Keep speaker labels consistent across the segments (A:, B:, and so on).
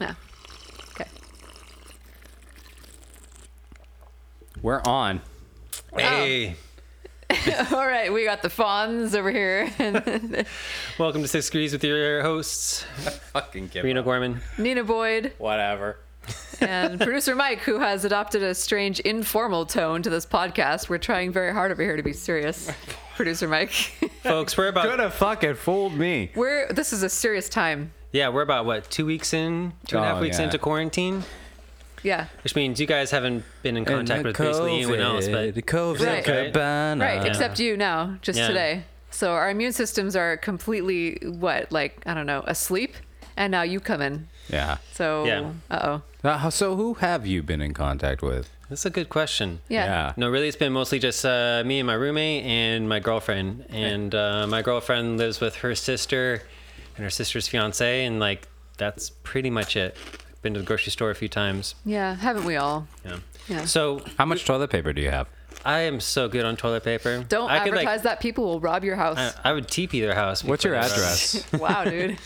A: Yeah. Okay.
B: We're on. Hey.
A: All right, we got the fawns over here and
C: Welcome to Six Degrees with your hosts,
B: Fucking give
C: Reno
B: up.
C: Gorman.
A: Nina Boyd
B: Whatever.
A: and producer Mike, who has adopted a strange informal tone to this podcast. We're trying very hard over here to be serious. Producer Mike,
C: Folks, we're about
D: Could have fucking fooled me.
A: we're this is a serious time.
C: yeah, we're about what two weeks in, two and a half
D: Oh,
C: weeks
D: yeah.
C: into quarantine,
A: yeah.
C: which means you guys haven't been in contact
D: And
C: with basically anyone else. But
D: the COVID
A: Right.
D: cabana.
A: Right, except you now, just
C: Yeah.
A: today. So our immune systems are completely what, like I don't know, asleep, and now you come in.
D: yeah.
A: So,
C: Yeah.
A: uh oh,
D: Uh, so who have you been in contact with?
C: that's a good question.
A: yeah.
D: Yeah.
C: No, really, it's been mostly just uh, me and my roommate and my girlfriend. And uh, my girlfriend lives with her sister and her sister's fiance, and like that's pretty much it. Been to the grocery store a few times.
A: yeah, haven't we all?
C: Yeah.
A: Yeah.
C: So
D: How much toilet paper do you have?
C: I am so good on toilet paper.
A: Don't
C: I could,
A: advertise
C: like,
A: that; people will rob your house.
C: I, I would TP their house.
D: What's your
C: before I-
D: address?
A: wow, dude.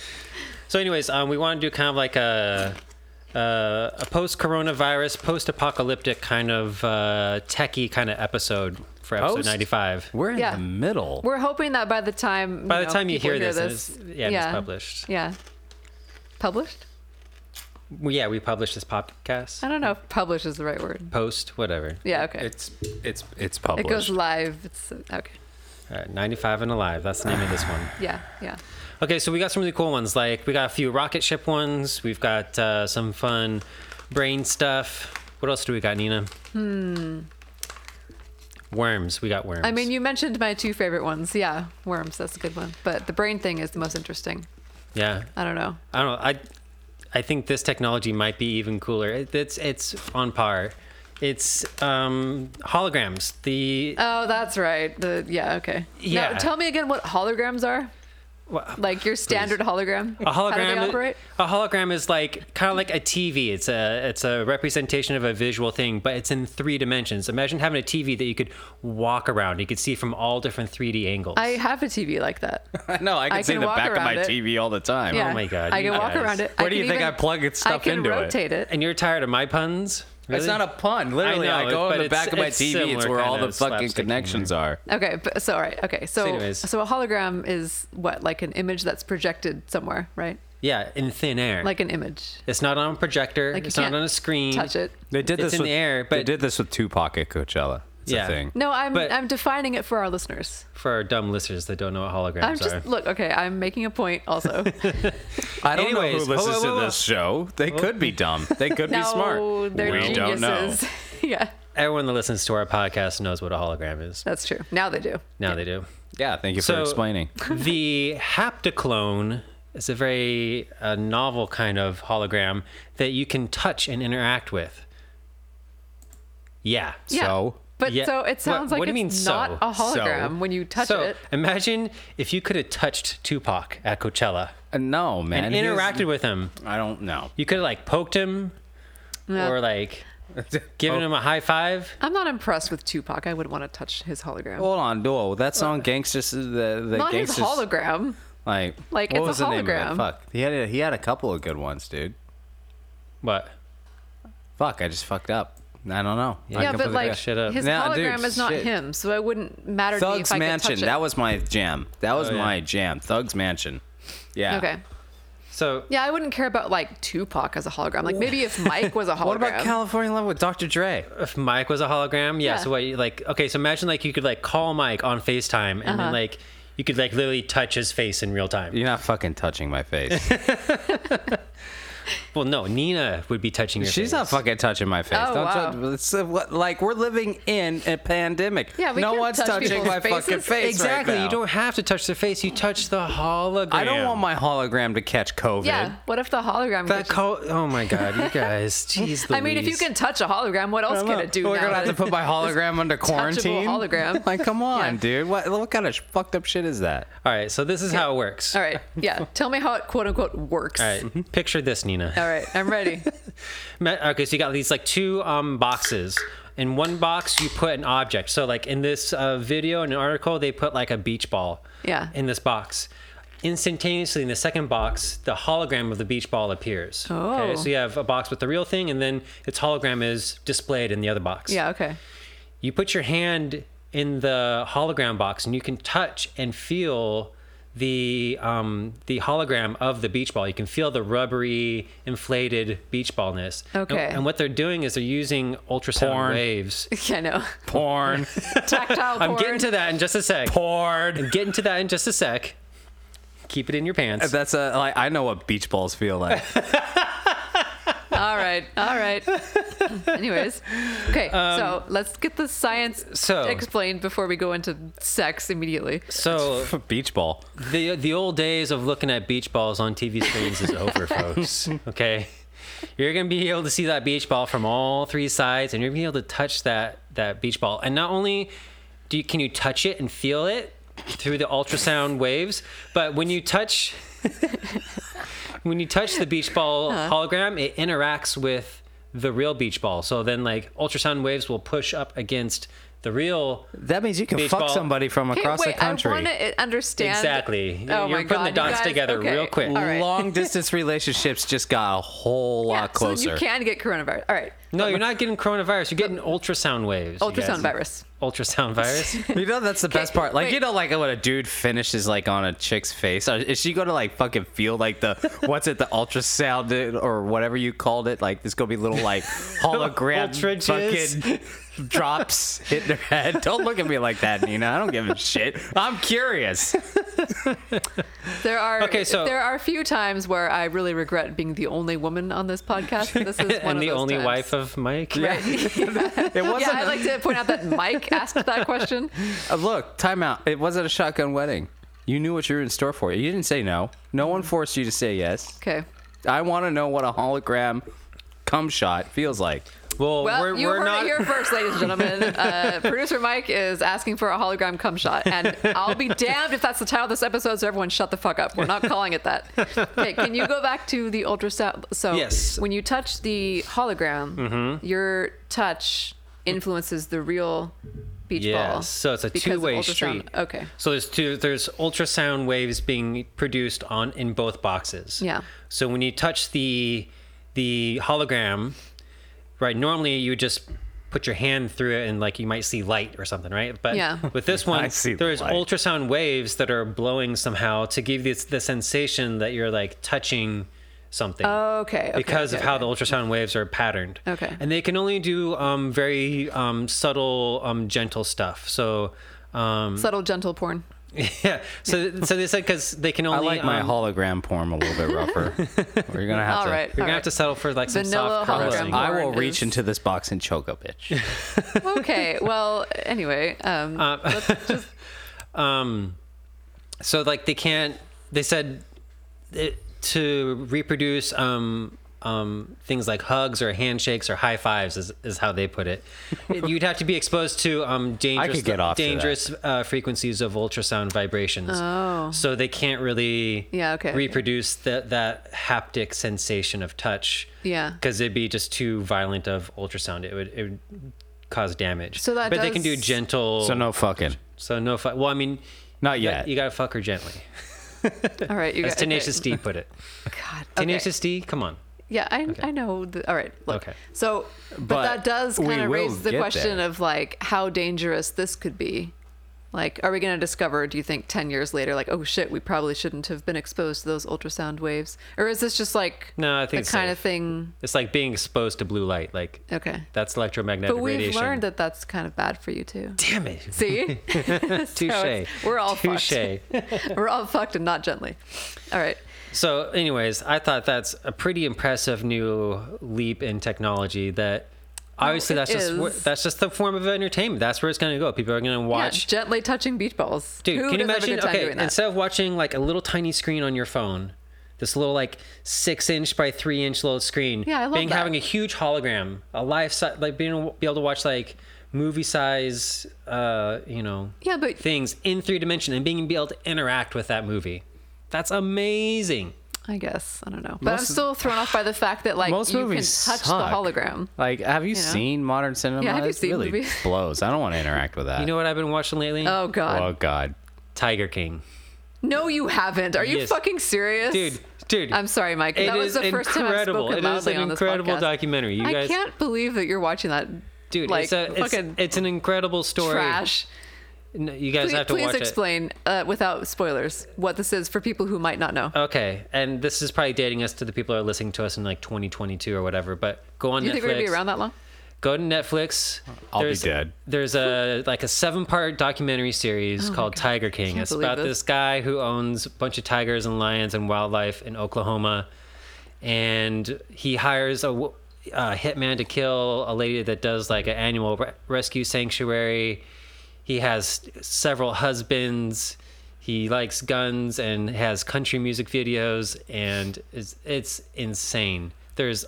C: So, anyways, um, we want to do kind of like a uh, a post coronavirus, post apocalyptic kind of uh, techie kind of episode for episode
D: Post?
C: ninety five.
D: We're in
A: Yeah.
D: the middle.
A: We're hoping that by the time
C: By the time you
A: people
C: hear, this, and it's, yeah, and it's published.
A: yeah, published.
C: Well, yeah, we published this podcast.
A: I don't know if "publish" is the right word.
C: Post whatever.
A: Yeah, okay.
D: It's it's it's
A: It
D: published.
A: goes live. It's okay.
C: All right, ninety five Uh, and alive. That's the name of this one.
A: Yeah, yeah.
C: Okay, so we got some really cool ones. Like we got a few rocket ship ones. We've got uh, some fun brain stuff. What else do we got, Nina? Hmm. Worms. We got worms.
A: I mean, you mentioned my two favorite ones. Yeah, worms. That's a good one. But the brain thing is the most interesting.
C: yeah.
A: I don't know.
C: I don't know. I I think this technology might be even cooler. It, it's it's on par. It's um, holograms. The
A: Oh, that's right. The yeah, okay. Now,
C: Yeah.
A: tell me again what holograms are.
C: Wha-
A: Like your standard hologram.
C: a hologram.
A: How do they operate?
C: A hologram is like kind of like a TV. It's a it's a representation of a visual thing, but it's in three dimensions. Imagine having a TV that you could walk around. You could see from all different 3D angles.
A: I have a TV like that.
D: I know. I can
A: I
D: see
A: can
D: the
A: walk
D: back of my
A: around it.
D: TV all the time.
A: Yeah.
C: Oh my God,
A: I
C: you
A: can walk
C: guys.
A: around it.
D: Where do you think
A: even-
D: I plug stuff
A: I can
D: into it?
A: rotate it?
C: and you're tired of my puns.
D: It's
C: Really?
D: not a pun. Literally,
C: I
D: I,
C: know,
D: go
C: but
D: on the
C: it's-
D: back of my
C: it's
D: TV. It's
C: similar
D: where all
C: kinda
D: the fucking
C: slapstick humor.
D: connections are.
A: Okay, but so all right. Okay, so
C: anyways.
A: so a hologram is what like an image that's projected somewhere, right?
C: yeah in thin air.
A: Like an image.
C: it's not on a projector.
A: Like you
C: it's not
A: can't
C: on a screen.
A: Touch it.
D: They did this
C: It's in
D: with,
C: the air,
D: they
C: but-
D: did this with Tupac at Coachella. It's
C: Yeah.
D: a thing.
A: No, I'm
C: But-
A: I'm defining it for our listeners.
C: For our dumb listeners that don't know what holograms
A: I'm
C: are.
A: just look. Okay, I'm making a point also.
D: I don't know
C: Anyways,
D: who listens
C: whoa, whoa, whoa.
D: to this show. They could be dumb. They could
A: no,
D: be smart.
A: they're
D: we
A: geniuses.
D: don't know.
A: yeah,
C: Everyone that listens to our podcast knows what a hologram is.
A: that's true. Now they do.
C: Now they do.
D: Yeah, thank you for explaining.
C: the haptoclone is a very uh, novel kind of hologram that you can touch and interact with. Yeah.
A: Yeah.
D: So?
A: But
C: Yeah.
A: so it sounds
C: What-
A: like
C: what do you
A: it's
C: mean,
A: not
C: so?
A: a hologram
D: So?
A: when you touch
C: so
A: it.
C: imagine if you could have touched Tupac at Coachella
D: Uh, no, man.
C: and,
D: he is-
C: interacted with him.
D: I don't know.
C: You could have like poked him
A: Yeah.
C: or like given him a high five.
A: I'm not impressed with Tupac. I would want to touch his hologram.
D: Hold on, duo. That song, Gangsters, the, the
A: Uh, not his
D: Gangsters.
A: hologram.
D: Like,
A: Like,
D: what
A: it's a
D: was the name of that?
A: hologram.
D: Fuck. He had, a, he had a couple of good ones, dude.
C: What?
D: Fuck, I just fucked up. I don't know. I
A: Yeah, but
D: completely-
A: like
C: shit up.
A: his
D: Nah, dude,
A: hologram is not
D: shit.
A: him, so it wouldn't matter to me if
D: Thugs
A: I
D: Mansion.
A: could touch it.
D: That was my jam. That was
C: Oh, yeah.
D: my jam. Thugs Mansion. Yeah.
A: okay.
C: So
A: Yeah, I wouldn't care about like Tupac as a hologram. Like maybe if Mike was a hologram.
D: What about California Love with Dr. Dre?
C: if Mike was a hologram, yeah.
A: Yeah.
C: So what? you- Like, okay, so imagine like you could like call Mike on Facetime, and
A: Uh-huh.
C: then like you could like literally touch his face in real time.
D: You're not fucking touching my face.
C: Well, no, Nina would be touching your
D: She's
C: face.
D: not fucking touching my face.
A: Oh,
D: Don't
A: wow.
D: touch- it's, uh, what- like we're living in a pandemic.
A: Yeah, we
D: no
A: can't
D: one's
A: touch
D: touching
A: people's
D: my fucking
A: faces.
D: face. right
C: Exactly.
D: now.
C: You don't have to touch their face. You touch the hologram.
D: I don't want my hologram to catch COVID.
A: Yeah. What if the hologram?
C: that
A: That
C: call. Oh my god, you guys. Jeez.
A: I mean, if you
C: Louise.
A: can touch a hologram, what else can it do?
D: We're
A: now
D: gonna have to
A: that-
D: put my hologram under quarantine.
A: hologram.
D: Like, come on,
A: Yeah.
D: dude. What what kind of fucked up shit is that?
C: All right. So this is how it works.
A: All right. Yeah. Tell me how it quote unquote works.
C: All
D: Mm-hmm.
C: right, Picture this, Nina.
A: All right, I'm ready.
C: Ma- Okay, so you got these like two um, boxes. In one box, you put an object. So, like in this uh, video and an article, they put like a beach ball.
A: Yeah.
C: In this box, instantaneously in the second box, the hologram of the beach ball appears.
A: Oh.
C: so you have a box with the real thing, and then its hologram is displayed in the other box.
A: Yeah, okay.
C: You put your hand in the hologram box, and you can touch and feel the um, the hologram of the beach ball. You can feel the rubbery, inflated beach ballness.
A: Okay.
C: And, and what they're doing is they're using ultrasound
B: Porn.
C: waves.
A: Yeah, I know.
B: Porn.
A: Tactile
C: I'm
A: porn.
C: getting to that in just a sec.
B: Porn.
C: I'm getting to that in just a sec. Keep it in your pants.
D: That's a like I know what beach balls feel like.
A: All right, all right. Anyways, okay, so let's get the science
C: Um, so-
A: explained before we go into sex immediately.
C: So
D: beach ball.
C: the the old days of looking at beach balls on TV screens is over, folks. Okay, you're gonna be able to see that beach ball from all three sides, and you're gonna be able to touch that that beach ball. And not only do you, can you touch it and feel it through the ultrasound waves, but when you touch when you touch the beach ball hologram, it interacts with the real beach ball. So then, like ultrasound waves will push up against the real
D: That means you can
C: Beach
D: fuck
C: ball.
D: somebody from
A: Okay,
D: across
A: wait,
D: the country.
A: I want to understand.
C: Exactly.
A: Oh
C: You're
A: my
C: putting
A: God,
C: the
A: you
C: dots
A: guys-
C: together
A: okay.
C: real quick.
A: All right.
D: Long distance relationships just got a whole
A: Yeah,
D: lot closer.
A: So you can get coronavirus. All right.
C: No, you're not getting coronavirus. You're getting ultrasound waves. you
A: Ultrasound
C: guys.
A: virus.
C: Ultrasound virus.
D: You know that's the best part. Like
A: wait.
D: you know, like when a dude finishes like on a chick's face, or is she gonna like fucking feel like the what's it, the ultrasound it, or whatever you called it? Like there's gonna be little like hologram
C: Ultra jizz.
D: fucking drops hitting her head. Don't look at me like that, Nina. I don't give a shit. I'm curious.
A: There are
C: Okay, so-
A: there are a few times where I really regret being the only woman on this podcast. and This is one
C: and
A: of
C: the
A: those
C: only
A: times.
C: wife of Mike.
D: It wasn't.
A: Yeah, I'd like to point out that Mike asked that question.
D: Uh, look, time out. It wasn't a shotgun wedding. You knew what you were in store for. You didn't say no. No one forced you to say yes.
A: Okay.
D: I want to know what a hologram cum shot feels like.
C: Well,
A: Well,
C: we're,
A: you
C: we're
A: heard
C: not.
A: it here first, ladies and gentlemen. Uh, producer Mike is asking for a hologram cum shot, and I'll be damned if that's the title of this episode. So everyone, shut the fuck up. We're not calling it that. Okay, can you go back to the ultrasound? So
C: Yes. Mm-hmm.
A: when you touch the hologram, your touch influences the real beach ball.
C: Yes, so it's a
A: because of
C: two-way
A: ultrasound.
C: street.
A: Okay.
C: So there's two. There's ultrasound waves being produced on in both boxes.
A: Yeah.
C: So when you touch the the hologram, right? Normally you just put your hand through it and like you might see light or something, right? But
A: Yeah.
C: with this one,
D: see the
C: there's
D: light.
C: ultrasound waves that are blowing somehow to give you the sensation that you're like touching something
A: Okay. okay
C: because
A: okay,
C: of how the ultrasound waves are patterned.
A: Okay.
C: And they can only do um, very um, subtle, um, gentle stuff. So, um,
A: subtle gentle porn.
C: yeah. So, so they said because they can
D: I
C: only.
D: like my
C: um,
D: hologram porn a little bit rougher. We're gonna have
A: All
D: to.
A: right. all
C: You're gonna
A: right.
C: have to settle for like some
A: Vanilla
C: soft coloring.
A: hologram
D: I will
A: Porn
D: reach
A: is-
D: into this box and choke a bitch.
A: okay. Well, anyway, um,
C: Uh, um so like they can't they said it, to reproduce um um things like hugs or handshakes or high fives is, is how they put it you'd have to be exposed to um dangerous
D: get off to that.
C: dangerous uh, frequencies of ultrasound vibrations
A: Oh.
C: so they can't really
A: Yeah, okay, okay.
C: reproduce that that haptic sensation of touch
A: Yeah.
C: because it'd be just too violent of ultrasound it would it would cause damage
A: So that
C: but they can do
A: does-
C: gentle
D: So no fucking.
C: so no fuck. Well, I mean,
D: Not
C: you
D: yet.
C: got- You gotta fuck her gently,
A: all right. You
C: as
A: guys.
C: Tenacious D put it.
A: God. okay.
C: Tenacious D, come on.
A: Yeah, I, I know. The, all right. Look.
C: Okay.
A: So, but,
D: But
A: that does
D: we
A: kind of
D: will
A: raise the
D: get
A: question
D: there.
A: of like how dangerous this could be. Like, are we going to discover, do you think, 10 years later, like, oh shit, we probably shouldn't have been exposed to those ultrasound waves? Or is this just like
C: No, I think
A: the
C: it's
A: kind of
C: safe.
A: thing?
C: It's like being exposed to blue light. Like
A: Okay.
C: that's electromagnetic
A: But we've
C: radiation.
A: learned that that's kind of bad for you too.
C: Damn it.
A: See?
C: Touche.
A: we're all fucked.
C: touche.
A: We're all fucked and not gently. All right.
C: so, anyways, I thought that's a pretty impressive new leap in technology. That obviously
A: it
C: that's just wh-
A: is.
C: that's just the form of entertainment. That's where it's gonna go. People are gonna
A: Yeah,
C: watch
A: gently touching beach balls.
C: Dude,
A: Who
C: can you
A: doesn't have a
C: imagine?
A: good time
C: Okay,
A: doing that?
C: instead of watching like a little tiny screen on your phone, this little like six inch by three inch little screen,
A: Yeah, I love
C: being
A: that.
C: having a huge hologram, a life size, like being be able to watch like movie size, uh, you know,
A: Yeah, but-
C: things in three dimension and being able to interact with that movie. That's amazing.
A: I guess I don't know, but I'm
D: Most-
A: still thrown off by the fact that like
D: Most
A: you can touch
D: movies
A: the
D: suck.
A: hologram.
D: Like, have you,
A: know?
D: seen modern cinema?
A: Yeah, have you
D: It
A: seen
D: really
A: movies?
D: blows. I don't want to interact with that.
C: You know what I've been watching lately?
A: Oh God!
D: oh God.
C: Tiger King.
A: Oh, No, you haven't. Are you
C: Yes.
A: fucking serious,
C: dude, dude.
A: I'm sorry, Mike.
C: It
A: That was
C: is
A: the first time I've
C: incredible.
A: spoken
C: It is
A: loudly
C: an
A: on this
C: incredible
A: podcast.
C: documentary. You
A: I
C: guys,
A: can't believe that you're watching that.
C: dude,
A: like
C: it's, a, it's,
A: fucking
C: it's an incredible story.
A: trash.
C: No, You guys
A: Please,
C: have to
A: please
C: watch it.
A: explain uh, without spoilers what this is for people who might not know.
C: Okay, and this is probably dating us to the people who are listening to us in like 2022 or whatever. But go on
A: Do you
C: Netflix.
A: think we're gonna be around that long?
C: Go to Netflix.
D: I'll be dead.
C: There's a like a seven-part documentary
A: Oh
C: series called Tiger King.
A: Can't
C: It's
A: believe
C: about
A: this.
C: this guy who owns a bunch of tigers and lions and wildlife in Oklahoma, and he hires a, wo- a hitman to kill a lady that does like an annual re- rescue sanctuary. He has several husbands. He likes guns and has country music videos, and it's, it's insane. There's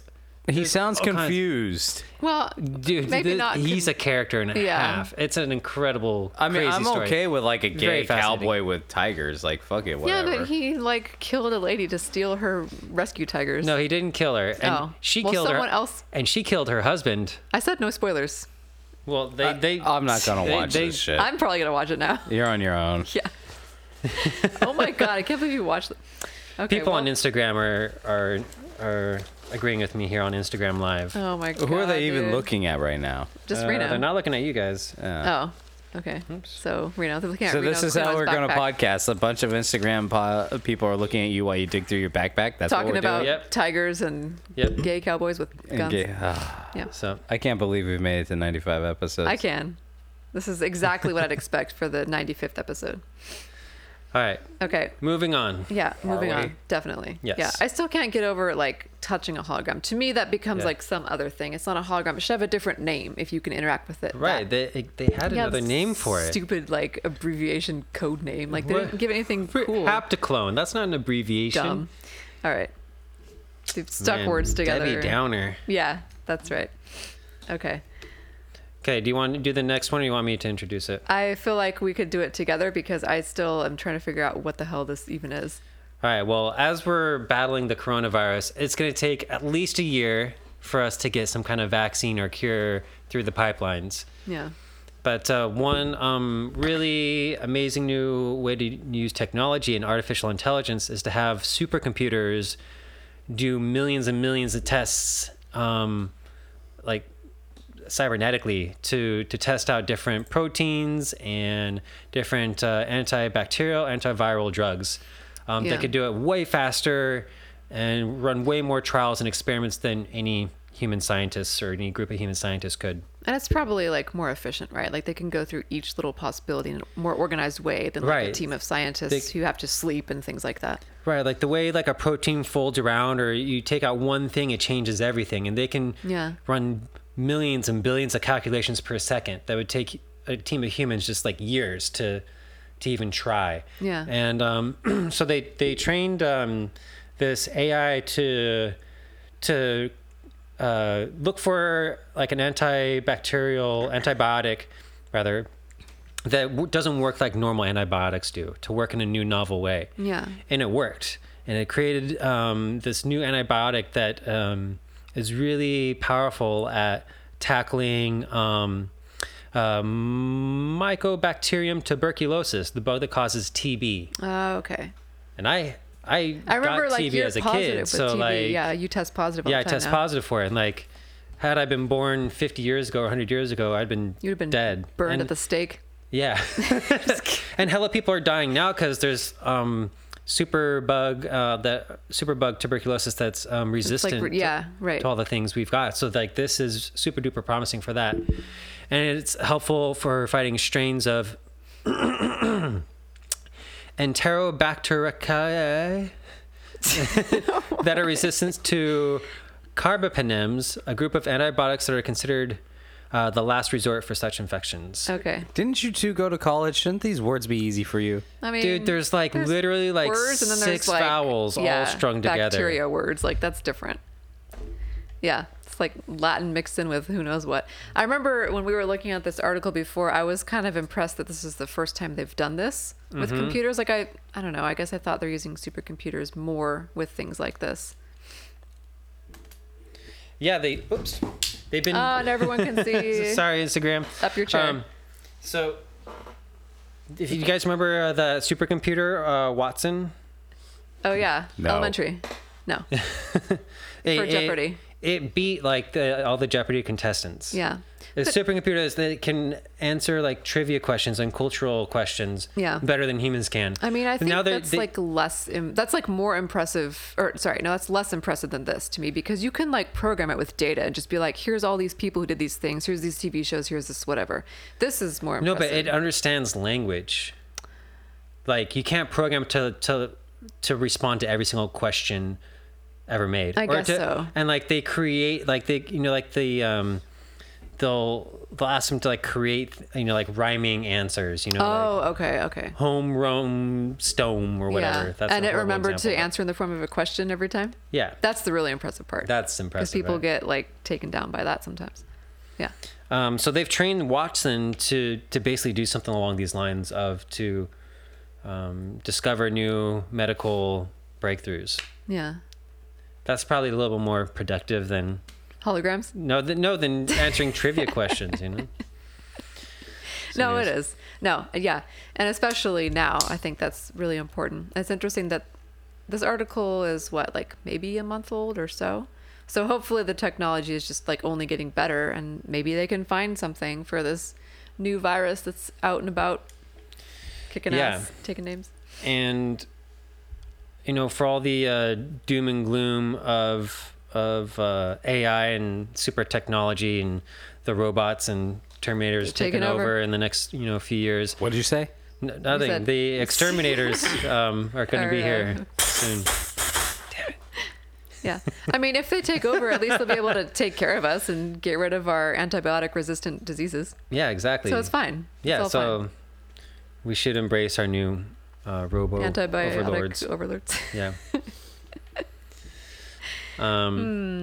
D: He
C: there's
D: sounds
C: all kinds-
D: confused.
A: Well,
C: Dude,
A: maybe
C: thi-
A: not.
C: he's a character and a
A: Yeah.
C: half. It's an incredible.
D: I mean,
C: crazy
D: I'm
C: story.
D: okay with like a
C: Very
D: gay
C: fascinating.
D: cowboy with tigers. Like, fuck it,
A: yeah,
D: whatever.
A: but he like killed a lady to steal her rescue tigers.
C: No, he didn't kill her. And
A: Oh.
C: she
A: Well,
C: killed
A: someone
C: her.
A: else-
C: And she killed her husband.
A: I said no spoilers.
C: Well, they. they
D: I'm not gonna
C: they-
D: watch
C: they-
D: this shit.
A: I'm probably gonna watch it now.
D: You're on your own.
A: Yeah. oh my god, I can't believe you watched. it. Okay,
C: People on
A: well-
C: Instagram are are are agreeing with me here on Instagram Live.
A: Oh my god.
D: Who are they even
A: dude.
D: looking at right now? Uh,
A: Just
C: Uh,
A: Reno.
C: They're not looking at you guys.
A: Oh, okay. So Reno, they're looking at
D: So
A: Reno
D: this is
A: Clemo's
D: how we're going to
A: backpack,
D: podcast. A bunch of Instagram po- people are looking at you while you dig through your backpack. That's what
A: talking
D: we're
A: about
D: doing.
C: Yep.
A: tigers and
C: Yep.
A: gay cowboys with
D: And
A: guns.
D: gay- ah,
A: Yeah,
C: So
D: I can't believe we've made it to 95 episodes.
A: I can. This is exactly what I'd expect for the 95th episode.
C: all right,
A: Okay.
C: moving on.
A: Yeah, moving
D: we?
A: on. Definitely. Yeah.
C: Yes.
A: I still can't get over like touching a hologram. To me, that becomes
C: Yeah.
A: like some other thing. It's not a hologram. It should have a different name if you can interact with it.
C: Right,
A: That-
C: they they had
A: yeah,
C: another
A: this
C: name for it.
A: Stupid like abbreviation code name. Like they
C: What?
A: didn't give anything cool.
C: Haptoclone. That's not an abbreviation.
A: Dumb. All right. They've stuck
C: Man,
A: words together.
C: Debbie Downer.
A: Yeah, that's right. Okay.
C: Okay, do you want to do the next one or you want me to introduce it?
A: I feel like we could do it together because I still am trying to figure out what the hell this even is.
C: All right, well, as we're battling the coronavirus, it's going to take at least a year for us to get some kind of vaccine or cure through the pipelines.
A: Yeah.
C: But uh, one um, really amazing new way to use technology and artificial intelligence is to have supercomputers do millions and millions of tests, um, like cybernetically, to to test out different proteins and different uh, antibacterial, antiviral drugs. Um,
A: Yeah.
C: They could do it way faster and run way more trials and experiments than any human scientists or any group of human scientists could.
A: And it's probably like more efficient, right? Like they can go through each little possibility in a more organized way than like a
C: Right.
A: team of scientists who have to sleep and things like that.
C: Right, like the way like a protein folds around or you take out one thing it changes everything and they can
A: Yeah.
C: run millions and billions of calculations per second that would take a team of humans just like years to to even try.
A: Yeah.
C: And um, so they they trained um, this AI to to uh, look for like an antibacterial antibiotic rather that w- doesn't work like normal antibiotics do to work in a new novel way
A: Yeah.
C: and it worked and it created um, this new antibiotic that um, is really powerful at tackling um, uh, mycobacterium tuberculosis the bug that causes tb
A: Oh, okay.
C: and i i,
A: I remember
C: got
A: like
C: tb
A: you're
C: as a
A: positive
C: kid
A: with
C: so
A: TB.
C: like
A: yeah, you test positive. All
C: yeah,
A: the
C: I
A: time
C: test
A: now.
C: positive for it. And like, had I been born 50 years ago or 100 years ago, I'd been
A: You'd have been
C: dead,
A: burned
C: And-
A: at the stake.
C: yeah. and hella people are dying now because there's um superbug uh, that superbug tuberculosis that's um, resistant. to-
A: yeah, right.
C: To all the things we've got. So like this is super duper promising for that, and it's helpful for fighting strains of. Enterobacteriaceae that are resistant to carbapenems, a group of antibiotics that are considered uh, the last resort for such infections.
A: Okay.
D: Didn't you two go to college? Shouldn't these words be easy for you?
A: I mean,
C: Dude, there's like literally like
A: words and then there's
C: six
A: like,
C: vowels
A: yeah,
C: all strung together.
A: Bacteria words, like that's different. Yeah, it's like Latin mixed in with who knows what. I remember when we were looking at this article before, I was kind of impressed that this is the first time they've done this with
C: Mm-hmm.
A: computers. Like I, I don't know. I guess I thought they're using supercomputers more with things like this.
C: Yeah, they oops. They've been
A: Oh, and everyone can see.
C: sorry Instagram.
A: Up your chair.
C: so Um, If you guys remember uh, the supercomputer uh, Watson,
A: Oh yeah,
D: No.
A: elementary. No.
C: it,
A: For
C: it-
A: Jeopardy.
C: It, beat like the, all the Jeopardy contestants.
A: Yeah.
C: The supercomputer is that it can answer like trivia questions and cultural questions
A: Yeah.
C: better than humans can.
A: I mean, I
C: But
A: think
C: they're-
A: that's
C: they-
A: like less. Im- that's like more impressive, or sorry, no, that's less impressive than this to me because you can like program it with data and just be like, here's all these people who did these things, here's these TV shows, here's this whatever. This is more
C: No,
A: impressive.
C: but it uh, understands language. Like you can't program to to to respond to every single question ever made.
A: I guess
C: to,
A: so.
C: And like they create like they you know like the um they'll they'll ask them to like create you know like rhyming answers you know like
A: oh, okay, okay.
C: home roam stone or whatever.
A: Yeah,
C: That's
A: and
C: a
A: it
C: horrible
A: remembered
C: example,
A: to
C: but-
A: answer in the form of a question every time.
C: Yeah,
A: That's the really impressive part.
C: that's
A: because
C: impressive. eh?
A: people
C: right?
A: get like taken down by that sometimes. Yeah.
C: Um, so they've trained Watson to to basically do something along these lines of to um, discover new medical breakthroughs.
A: Yeah.
C: That's probably a little bit more productive than
A: Holograms?
C: no, th- no than answering trivia questions. You know,
A: no, it
C: yes.
A: is. No, yeah. And especially now, I think that's really important. It's interesting that this article is what, like maybe a month old or so. So hopefully the technology is just like only getting better and maybe they can find something for this new virus that's out and about kicking
C: Yeah.
A: ass, taking names.
C: and you know, for all the uh, doom and gloom of of uh, AI and super technology and the robots and Terminators
A: Taking
C: taking over.
A: over.
C: in the next you know few years.
D: What did you say?
C: N- Nothing.
A: said-
C: the exterminators um, are going
A: Are,
C: to be
A: uh,
C: here soon.
A: Yeah. I mean, if they take over, at least they'll be able to take care of us and get rid of our antibiotic resistant diseases.
C: Yeah, exactly.
A: So it's fine. It's
C: Yeah,
A: all
C: so we should embrace our new uh, robo
A: fine. antibiotic
C: overlords.
A: overlords.
C: Yeah. um,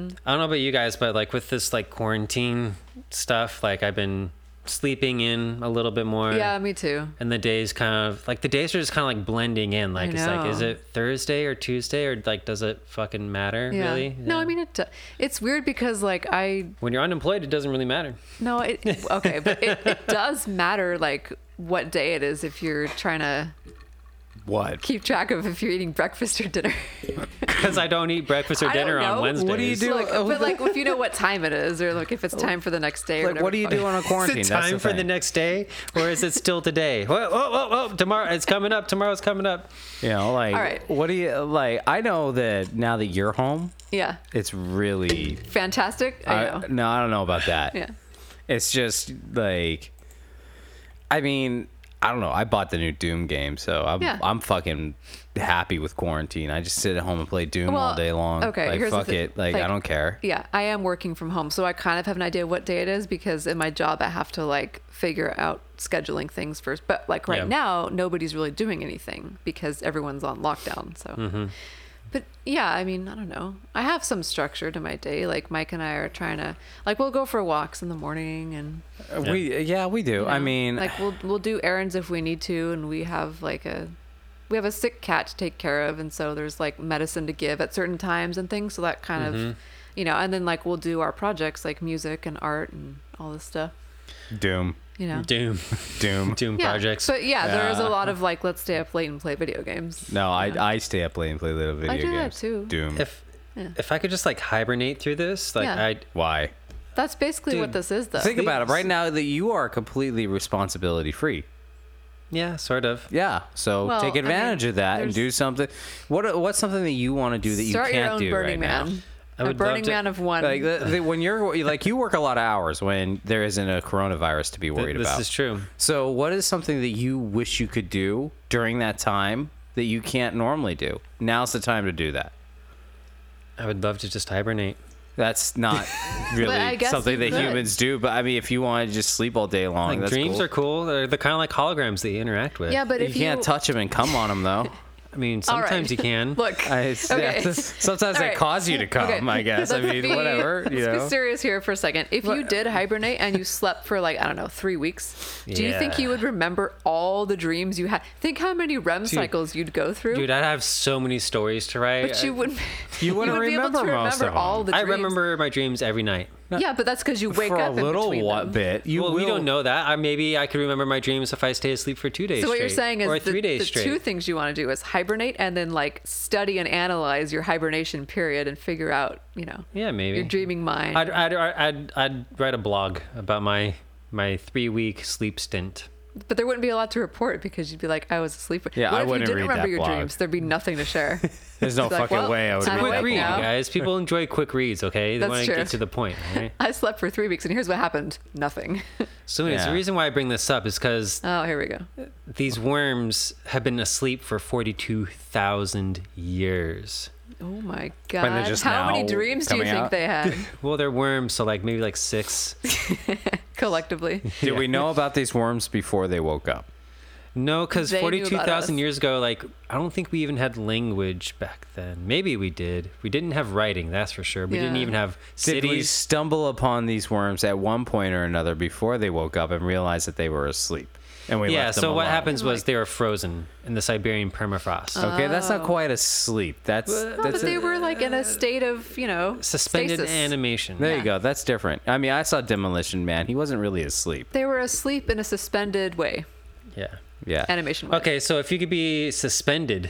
A: Hmm.
C: I don't know about you guys, but like with this like quarantine stuff, like I've been sleeping in a little bit more.
A: yeah, me too.
C: And the days kind of like the days are just kind of like blending in. Like it's like, is
A: know.
C: it Thursday or Tuesday or like does it fucking matter
A: Yeah.
C: really?
A: No, I mean it. do- It's weird because like I
C: when you're unemployed, it doesn't really matter.
A: no it okay, but it, it does matter like what day it is if you're trying to
D: What?
A: keep track of if you're eating breakfast or dinner.
C: Because I don't eat breakfast or
A: I don't
C: dinner on
A: know.
C: Wednesdays.
D: What do you do? Oh.
A: Like, but like if you know what time it is or like if it's time for the next day. or
D: Like,
A: whatever
D: what do you
A: the fuck.
D: do on a quarantine?
C: Is it
D: That's
C: time for the
D: thing.
C: next day, or is it still today? Whoa, whoa, whoa, whoa! Tomorrow, it's coming up. Tomorrow's coming up.
D: You know, like,
A: All right.
D: what do you like? I know that now that you're home,
A: Yeah,
D: it's really.
A: fantastic. I,
D: I,
A: know.
D: no, I don't know about that.
A: Yeah.
D: It's just like, I mean, I don't know. I bought the new Doom game, so I'm
A: Yeah.
D: I'm fucking happy with quarantine. I just sit at home and play Doom all
A: Well,
D: day long.
A: okay,
D: like
A: here's the
D: fuck
A: thi-
D: it. Like, I
A: like-
D: don't care.
A: Yeah, I am working from home, so I kind of have an idea what day it is because in my job I have to like figure out scheduling things first. But like right
C: Yeah.
A: now, nobody's really doing anything because everyone's on lockdown. So, but yeah, I mean, I don't know. I have some structure to my day. Like Mike and I are trying to like we'll go for walks in the morning and
D: Uh, We yeah we do. I
A: know,
D: mean,
A: like we'll we'll do errands if we need to, and we have like a we have a sick cat to take care of, and so there's like medicine to give at certain times and things. So that kind
C: Mm-hmm.
A: of you know, and then like we'll do our projects like music and art and all this stuff.
D: Doom,
A: You know,
C: Doom,
D: Doom.
C: Doom
A: yeah.
C: projects.
A: But yeah, there is a
D: Yeah.
A: lot of like let's stay up late and play video games.
D: No,
A: you know?
D: I I stay up late and play little video
A: do that
D: games.
A: too.
D: Doom.
C: if if I could just like hibernate through this, like
A: Yeah.
C: I
D: Why?
A: that's basically what
C: Dude,
A: this is though.
D: Think about it
C: Please.
D: right now that you are completely responsibility free.
C: yeah, sort of.
D: Yeah. So
A: Well, I
D: take
A: mean,
D: advantage of that and
A: there's-
D: do something. What what's something that you want to do that you
A: Start
D: can't
A: your own
D: do
A: Burning
D: right
A: Man.
D: now?
C: I
A: a
C: would love
A: Burning
C: to-
A: Man of one.
D: Like the, the, when you're like you work a lot of hours when there isn't a coronavirus to be worried
C: this
D: about.
C: is true.
D: So what is something that you wish you could do during that time that you can't normally do? Now's the time to do that.
C: I would love to just hibernate.
D: Oh, That's not
A: I
D: really
A: guess
D: something
A: you
D: that
A: could.
D: humans do. But I mean, if you want to just sleep all day long,
C: Like
D: that's
C: dreams
D: cool.
C: are cool. They're, they're kind of like holograms that you interact with.
A: yeah, but
D: you
A: if
D: can't touch them and come on them though.
C: I mean,
A: All right.
C: sometimes you can.
A: Look,
D: I,
A: okay.
D: sometimes
A: All
D: they
A: right.
D: cause you to come.
A: Okay.
D: I guess. I
A: Let's
D: mean,
A: be-
D: whatever. You
A: Let's
D: know.
A: be serious here for a second. If you did hibernate and you slept for like I don't know three weeks, do you think you
C: Yeah.
A: would remember all the dreams you had? Think how many REM cycles you'd go through,
C: Dude, I have so many stories to write.
A: but you wouldn't.
D: You wouldn't
A: would be able
D: remember
A: to
D: most
A: remember
D: of
A: all
D: them.
A: the.
C: I, I
A: dreams.
C: remember my dreams every night.
A: yeah, but that's because you wake
D: for
A: up
D: a little
A: in between
D: wa-
A: them.
D: bit. You
C: well,
D: will,
C: we don't know that. I, maybe I could remember my dreams if I stay asleep for two days.
A: So what you're
C: straight,
A: saying
C: or
A: is the,
C: three days
A: the
C: straight.
A: two things you want to do is hibernate and then like study and analyze your hibernation period and figure out you know
C: Yeah, maybe.
A: your dreaming mind.
C: I'd, I'd, I'd, I'd write a blog about my my three week sleep stint.
A: but there wouldn't be a lot to report because you'd be like, I was asleep. for-"
D: Yeah,
A: what
D: I
A: if
D: wouldn't
A: you didn't
D: read
A: remember
D: that
A: your
D: blog.
A: dreams? There'd be nothing to share.
D: There's no
A: It's like,
D: fucking
A: well,
D: way I would
A: time
D: read
A: awake
D: that
A: Right
C: Quick read,
D: blog.
A: now.
C: guys. People enjoy quick reads. Okay, they
A: That's
C: want to
A: true.
C: get to the point. Right?
A: I slept for three weeks, and here's what happened: nothing.
C: So, anyways,
D: Yeah.
C: the reason why I bring this up is because
A: oh, here we go.
C: these worms have been asleep for forty-two thousand years.
A: Oh my god!
D: just
A: How many
D: now
A: dreams do you
D: coming
A: think
D: out?
A: they had
C: Well, they're worms, so like maybe like six.
A: collectively?
D: Did we know about these worms before they woke up?
C: No, because
A: They knew about
C: forty-two thousand
A: us.
C: years ago, like I don't think we even had language back then. Maybe we did. We didn't have writing, that's for sure. We didn't
A: Yeah.
C: even have
D: Did we
C: cities.
D: stumble upon these worms at one point or another before they woke up and realized that they were asleep? And we
C: yeah.
D: left them
C: So what
D: alone?
C: happens was they were frozen in the Siberian permafrost.
A: Uh,
D: Okay, that's not quite asleep. That's
C: Well,
A: No,
D: that's
A: Oh, but
D: a-
A: they were like in a state of you know
C: Suspended
A: stasis.
C: animation.
D: There you go. That's different. I mean, I saw Demolition Man. He wasn't really asleep.
A: They were asleep in a suspended way,
C: Yeah.
D: Yeah.
A: animation. Way.
C: Okay, so if you could be suspended,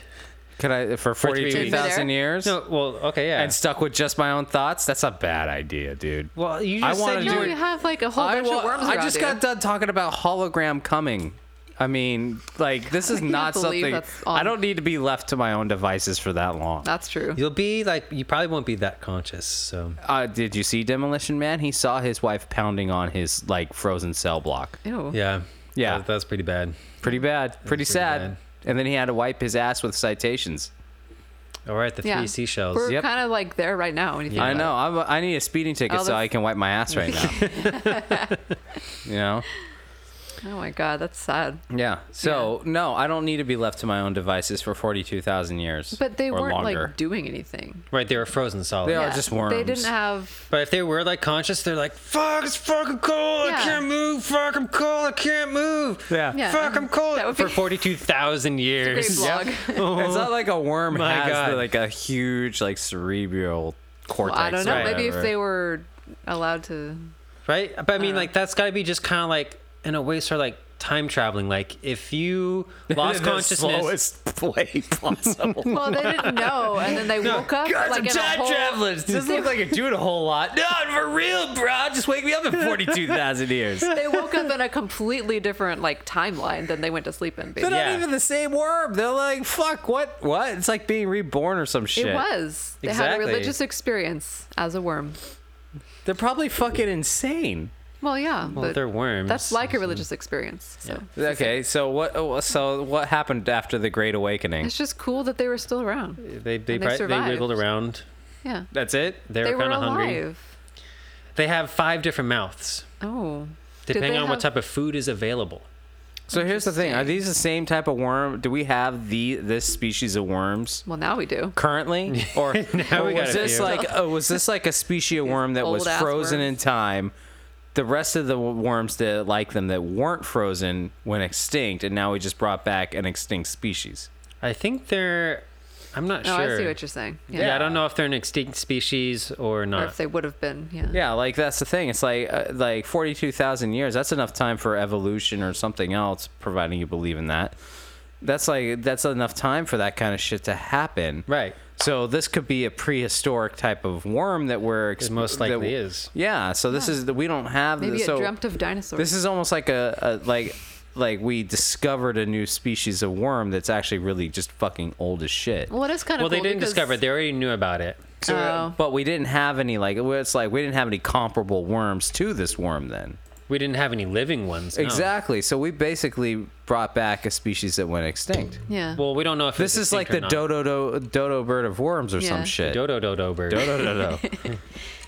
D: Could I for
C: three weeks.
D: forty-two
A: Been
D: thousand
A: there?
D: years?
C: no, well, okay, yeah.
D: And stuck with just my own thoughts? That's a bad idea, dude.
C: well, you
D: I
C: just
D: wanna
C: said you
A: No,
D: do
C: were-
D: it.
A: you have like a whole
D: I,
A: bunch
D: wa-
A: of worms
D: I
A: around
D: just
A: you.
D: got done talking about hologram coming. I mean, like this is
A: can't
D: not
A: believe
D: something.
A: that's on-
D: I don't need to be left to my own devices for that long.
A: That's true.
C: You'll be like you probably won't be that conscious. So
D: Uh, did you see Demolition Man? He saw his wife pounding on his like frozen cell block.
A: Ew.
C: yeah,
D: Yeah.
C: that, that's pretty bad.
D: Pretty bad. Pretty, sad.
C: bad.
D: And then he had to wipe his ass with citations.
C: All right, the three
A: Yeah.
C: seashells.
A: We're
D: Yep.
A: kind of like there right now. When you think
D: I
A: about
D: know. I'm, I need a speeding ticket
A: All
D: so
A: the-
D: I can wipe my ass right now. you know?
A: it. Oh my god, that's sad.
D: Yeah. So no, I don't need to be left to my own devices for forty-two thousand years.
A: But they
D: or
A: weren't
D: longer.
A: like doing anything.
C: Right, they were frozen solid.
D: They are just
A: They
D: worms.
A: didn't have.
C: But if they were like conscious, they're like, "Fuck, it's fucking cold.
A: Yeah.
C: I can't move. Fuck, I'm cold. I can't move.
D: Yeah.
A: Yeah.
C: Fuck, I'm cold."
A: That would
C: For
A: be-
C: forty-two thousand
A: Great
C: years.
A: blog.
D: It's not like a worm
C: My
D: has
C: God.
D: like a huge like cerebral cortex.
A: I don't know.
D: or
A: Maybe if
D: whatever.
A: they were allowed to.
C: Right? But I mean,
A: know.
C: like that's got to be just kind of like in a way, sort of like time traveling. Like if you lost
D: the
C: consciousness,
D: slowest way possible.
A: Well, they didn't know, and then they woke up
D: God,
A: like
D: some
A: in a
D: time
A: whole.
D: travelers. Doesn't look like you're doing a whole lot. No, for real, bro. Just wake me up in forty-two thousand years. They're
A: They woke up in a completely different like timeline than they went to sleep in. Baby.
D: not
C: Yeah.
D: even the same worm. They're like, fuck, what, what? It's like being reborn or some shit.
A: It was. They had a
C: Exactly.
A: religious experience as a worm.
D: They're probably fucking insane.
A: Well, yeah,
C: well,
A: but
C: they're worms. Mm-hmm.
A: that's like a religious experience. So
D: Okay, so what? oh, So what happened after the Great Awakening?
A: it's just cool that they were still around.
C: they they,
A: and
C: pri-
A: they
C: they,
A: survived.
C: wiggled around.
A: Yeah,
D: That's it.
C: They
A: they
C: were
A: were
C: kind of hungry.
A: alive.
C: They have five different mouths,
A: Oh, Did they
C: depending on what
A: have-
C: type of food is available.
D: So here's the thing: Are
A: Interesting.
D: these the same type of worm? Do we have the this species of worms
A: Well, now we do.
D: currently, or, or
C: we got
D: was
C: a
D: this
C: few.
D: like uh, was this like a species of worm that was
A: old-ass
D: frozen
A: worms.
D: in time? The rest of the w- worms that like them that weren't frozen went extinct, and now we just brought back an extinct species.
C: I think they're. I'm not
A: No,
C: sure.
A: Oh, I see what you're saying. Yeah.
C: Yeah. I don't know if they're an extinct species or
A: Or
C: not.
A: if they would have been. Yeah.
D: Yeah, like that's the thing. It's like uh, like forty two thousand years. That's enough time for evolution or something else, providing you believe in that. That's like that's enough time for that kind of shit to happen.
C: Right.
D: So this could be a prehistoric type of worm that we're ex-
C: It most
D: that-
C: likely is.
D: Yeah. So this is the we don't have.
A: Maybe
D: so
A: it dreamt of dinosaurs.
D: This is almost like a, a like like we discovered a new species of worm that's actually really just fucking old as shit.
A: well, it is kind of
C: Well, they
A: cool
C: didn't
A: because-
C: discover it. They already knew about it.
D: So,
A: Oh.
D: but we didn't have any like it's like we didn't have any comparable worms to this worm then.
C: We didn't have any living ones. no.
D: Exactly. So we basically brought back a species that went extinct.
A: Yeah.
C: Well, we don't know if
D: This
C: it's
D: is like the
C: extinct or
D: dodo do, dodo bird of worms or
A: Yeah.
D: some shit.
C: not. dodo dodo bird.
D: dodo dodo.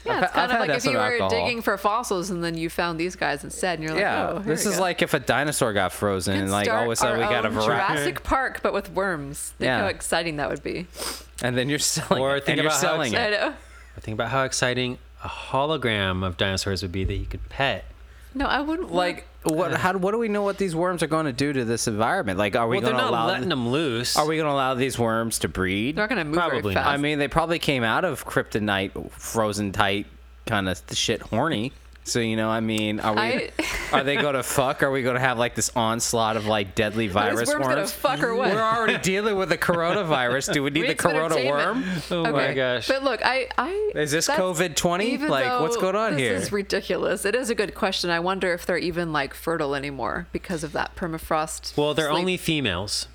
A: yeah, it's
D: I've- I've
A: kind of
D: had
A: like
D: that
A: if you
D: sort
A: were
D: of alcohol.
A: digging for fossils and then you found these guys instead, and you're like,
D: yeah.
A: oh, here
D: this
A: we
D: is
A: go.
D: like if a dinosaur got frozen
A: We
D: and
A: could
D: like all of a
A: start
D: sudden we
A: our
D: got a
A: own
D: variety.
A: Jurassic Park, but with worms. Think
D: Yeah.
A: how exciting that would be.
D: And then you're selling
C: Or
D: it.
C: think
D: and you're
C: about how
D: selling
A: I
D: it.
A: know.
C: Think about how exciting a hologram of dinosaurs would be that you could pet.
A: No, I wouldn't. want-
D: Like what how do- what do we know what these worms are going to do to this environment? Like are we
C: Well, they're
D: going to
C: not
D: allow
C: letting them loose.
D: Are we going to allow these worms to breed?
A: they're not going to move
C: Probably
A: very
C: not.
A: fast.
D: I mean, they probably came out of kryptonite frozen tight kind of shit horny. So you know, I mean, are we?
A: I-
D: are they going to fuck? Are we going to have like this onslaught of like deadly
A: Are these
D: virus
A: worms
D: worms?
A: gonna fuck or what?
D: We're already dealing with the coronavirus. Do we need
A: We
D: the
A: need some
D: corona worm?
A: entertainment.
C: Oh my gosh.
A: But look, I, I
D: Is this
A: that's-
D: COVID-20?
A: even
D: Like, what's
A: though
D: going on
A: this
D: here?
A: This is ridiculous. It is a good question. I wonder if they're even like fertile anymore because of that permafrost.
C: Well, they're
A: sleep.
C: only females.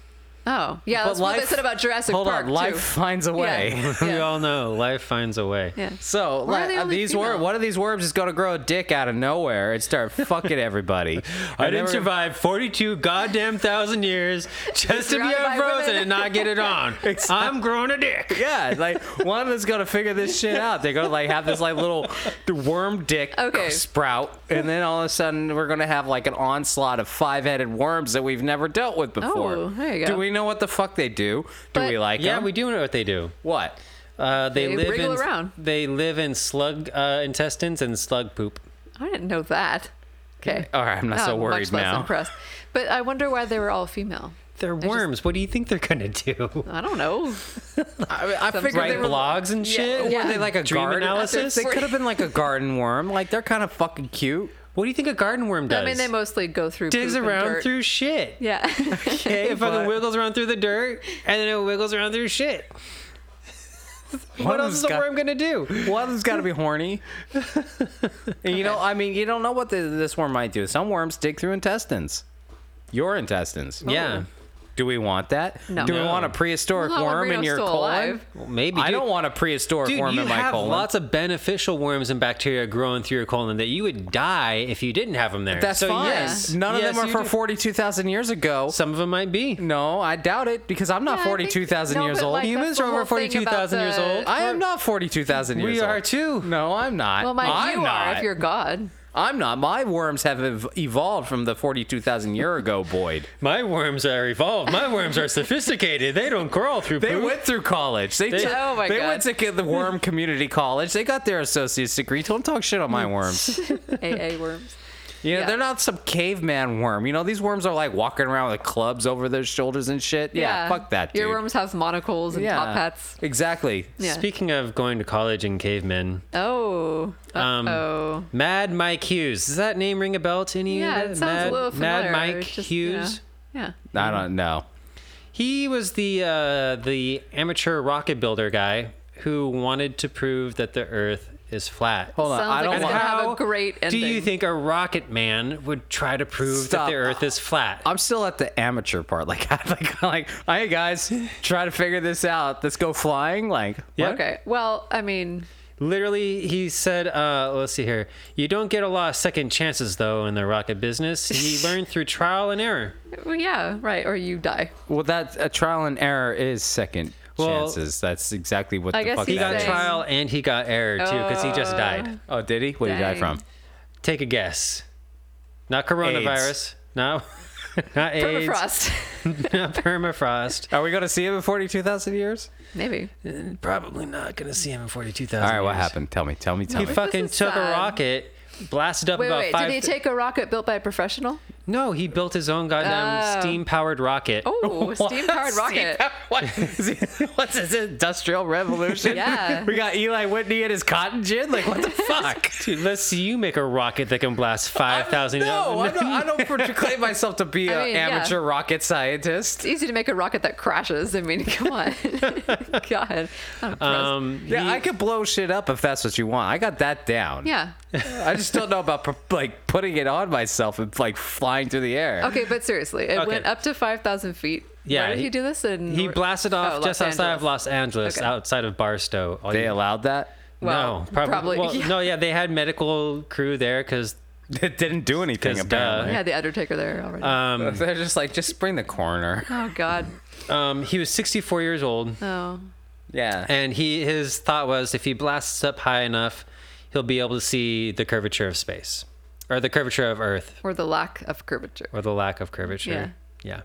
A: Oh, yeah. That's what they said about Jurassic
D: hold
A: Park.
D: on, life
A: too.
D: finds a way.
A: Yeah.
C: We
A: yeah.
C: all know life finds a way.
A: yeah.
D: So
A: Why are
D: like,
A: they
D: uh,
A: only
D: these
A: female?
D: wor- one of these worms is going to grow a dick out of nowhere and start fucking everybody.
C: I didn't
D: never-
C: survive 42 goddamn thousand years just to be
A: Surrounded by
C: unfrozen
A: women.
C: and not get it on. I'm growing a dick.
D: Yeah, like one of them's gonna figure this shit out. They're gonna like have this like little worm dick
A: Okay.
D: sprout, and then all of a sudden we're gonna have like an onslaught of five-headed worms that we've never dealt with before.
A: Oh, there you go.
D: Do we know what the fuck they do? Do
A: But-
D: we like
C: Yeah,
D: 'em?
C: we do know what they do.
D: What?
C: Uh, they,
A: They
C: live
A: wriggle
C: in
A: around.
C: they live in slug uh, intestines and slug poop.
A: I didn't know that. Okay.
D: All right, Oh, I'm not so
A: I'm
D: worried
A: much less
D: now.
A: Impressed. But I wonder why they were all female.
C: They're worms. What do you think they're gonna do?
A: I don't know.
D: I, I figured
A: Right
D: they
C: Write
D: were.
C: blogs and shit.
D: Were
A: Yeah.
D: they like a
C: Dream
D: garden?
C: analysis?
D: They could have been like a garden worm. Like they're kind of fucking cute.
C: What do you think a garden worm does?
A: I mean, they mostly go through
C: digs
A: poop and
C: around
A: dirt.
C: through shit.
A: Yeah.
C: Okay, it fucking
D: but-
C: wiggles around through the dirt, and then it wiggles around through shit.
D: One
C: What
D: of
C: else is
D: them's
C: a
D: got-
C: worm gonna do?
D: One of them's got to be horny. And you know, I mean, you don't know what the, this worm might do. Some worms dig through intestines, your intestines.
C: Yeah,
D: Do we want that?
A: Oh, No.
D: Do we
A: No.
D: want a prehistoric
A: Not when
D: worm in
A: Reno's
D: your
A: still
D: colon?
A: alive.
C: well, maybe.
D: I
C: dude.
D: don't want a prehistoric
C: Dude,
D: worm
C: you
D: in my
C: have
D: colon.
C: lots of beneficial worms and bacteria growing through your colon that you would die if you didn't have them there.
D: That's
C: so
D: fine.
C: Yes,
D: None
C: yes,
D: of them are
C: you
D: from
C: do.
D: forty-two thousand years ago.
C: Some of them might be.
D: no, I doubt it because I'm not
A: Yeah, I think-
D: forty-two thousand
A: no,
D: years
A: but,
D: old.
A: like,
C: Humans
A: that's the
C: are over
A: whole thing
C: 42,000
A: about
C: years
A: the-
C: old.
D: I am not forty-two thousand years
C: We
D: old.
C: are too.
D: No, I'm not.
A: Well, mind
D: I'm
A: you
D: not.
A: are if you're God.
D: I'm not. My worms have ev- evolved from the forty-two thousand year ago Boyd.
C: My worms are evolved. My worms are sophisticated. They don't crawl through
D: They
C: poop.
D: went through college. They, took-
A: Oh my
D: they
A: God.
D: went to get the Worm Community College. They got their associate's degree. Don't talk shit on my worms.
A: AA worms.
D: You know,
A: Yeah.
D: they're not some caveman worm. You know, these worms are like walking around with clubs over their shoulders and shit. Yeah, fuck that, dude.
A: Your worms have monocles and top hats.
D: Exactly.
A: Yeah.
C: Speaking of going to college and cavemen,
A: Oh.
C: Um,
A: oh.
C: Mad Mike Hughes. Does that name ring a bell to any
A: Yeah,
C: of you?
A: it sounds
C: Mad,
A: a little
C: Mad
A: familiar.
C: Mike
A: it's just, you know,
C: Hughes.
A: yeah.
D: I don't know.
C: He was the uh, the amateur rocket builder guy who wanted to prove that the Earth is flat.
D: Hold on.
A: Sounds
D: I
A: like
D: don't
A: it's
D: want.
A: gonna- have a great
C: Do you
A: ending.
C: think a rocket man would try to prove
D: Stop.
C: that the Earth is flat?
D: I'm still at the amateur part. Like, I, like, like, hey guys, try to figure this out. Let's go flying. Like, what?
A: Okay. Well, I mean,
C: Literally, he said, uh, let's see here. You don't get a lot of second chances, though, in the rocket business. He learned through trial and error.
A: well, yeah, right. Or you die.
D: Well, that a trial and error is second
C: Well,
D: chances. That's exactly what
A: I
D: the
A: guess
D: fuck
C: He
A: he's
D: that
C: got
D: is.
A: saying-
C: trial and he got error, too, because he just died.
D: Oh, did he? What did he die
A: Dang.
D: from?
C: Take a guess. Not coronavirus. No. Not AIDS.
A: Permafrost.
C: Not permafrost.
D: Are we going to see him in 42,000 years?
A: Maybe.
C: Probably not going to see him in 42,000.
D: All right, what happened? Tell me, tell me, tell
C: He
D: me.
C: fucking
A: is
C: took
A: sad.
C: a rocket, blasted up
A: Wait,
C: about
A: wait.
C: five.
A: Did he take a rocket built by a professional?
C: no, he built his own goddamn
A: Oh.
C: steam powered rocket.
A: Oh, steam powered rocket.
D: What? Is he- What's this? Industrial revolution?
A: Yeah.
D: We got Eli Whitney and his cotton gin? Like, what the fuck?
C: Dude, let's see you make a rocket that can blast 5,000.
D: No, I don't, I don't proclaim myself to be
A: I
D: an
A: mean, yeah.
D: amateur rocket scientist.
A: It's easy to make a rocket that crashes. I mean, come on. God. I'm impressed.
C: Um,
D: Yeah,
C: he-
D: I could blow shit up if that's what you want. I got that down.
A: yeah.
D: I just don't know about pro- like putting it on myself and like flying through the air.
A: Okay, but seriously, it
C: Okay.
A: went up to 5,000 feet.
C: Yeah,
A: Where did he,
C: he-
A: do this? In,
C: he blasted off
A: Oh,
C: just
A: Los
C: outside of
A: Angeles.
C: Los Angeles,
A: Okay.
C: outside of Barstow. All
D: They
C: you-
D: allowed that?
A: Well,
C: no, probably.
A: probably-
C: well,
A: yeah.
C: No, yeah, they had medical crew there because
D: It didn't do anything
C: 'Cause, duh.
D: apparently.
A: Yeah, the Undertaker there already.
C: um,
D: They're just like, just bring the coroner.
A: oh, God.
C: um, he was 64 years old,
A: Oh.
D: Yeah.
C: and he his thought was if he blasts up high enough, he'll be able to see the curvature of space, or the curvature of Earth,
A: Or the lack of curvature.
C: or the lack of curvature.
A: Yeah.
C: Yeah.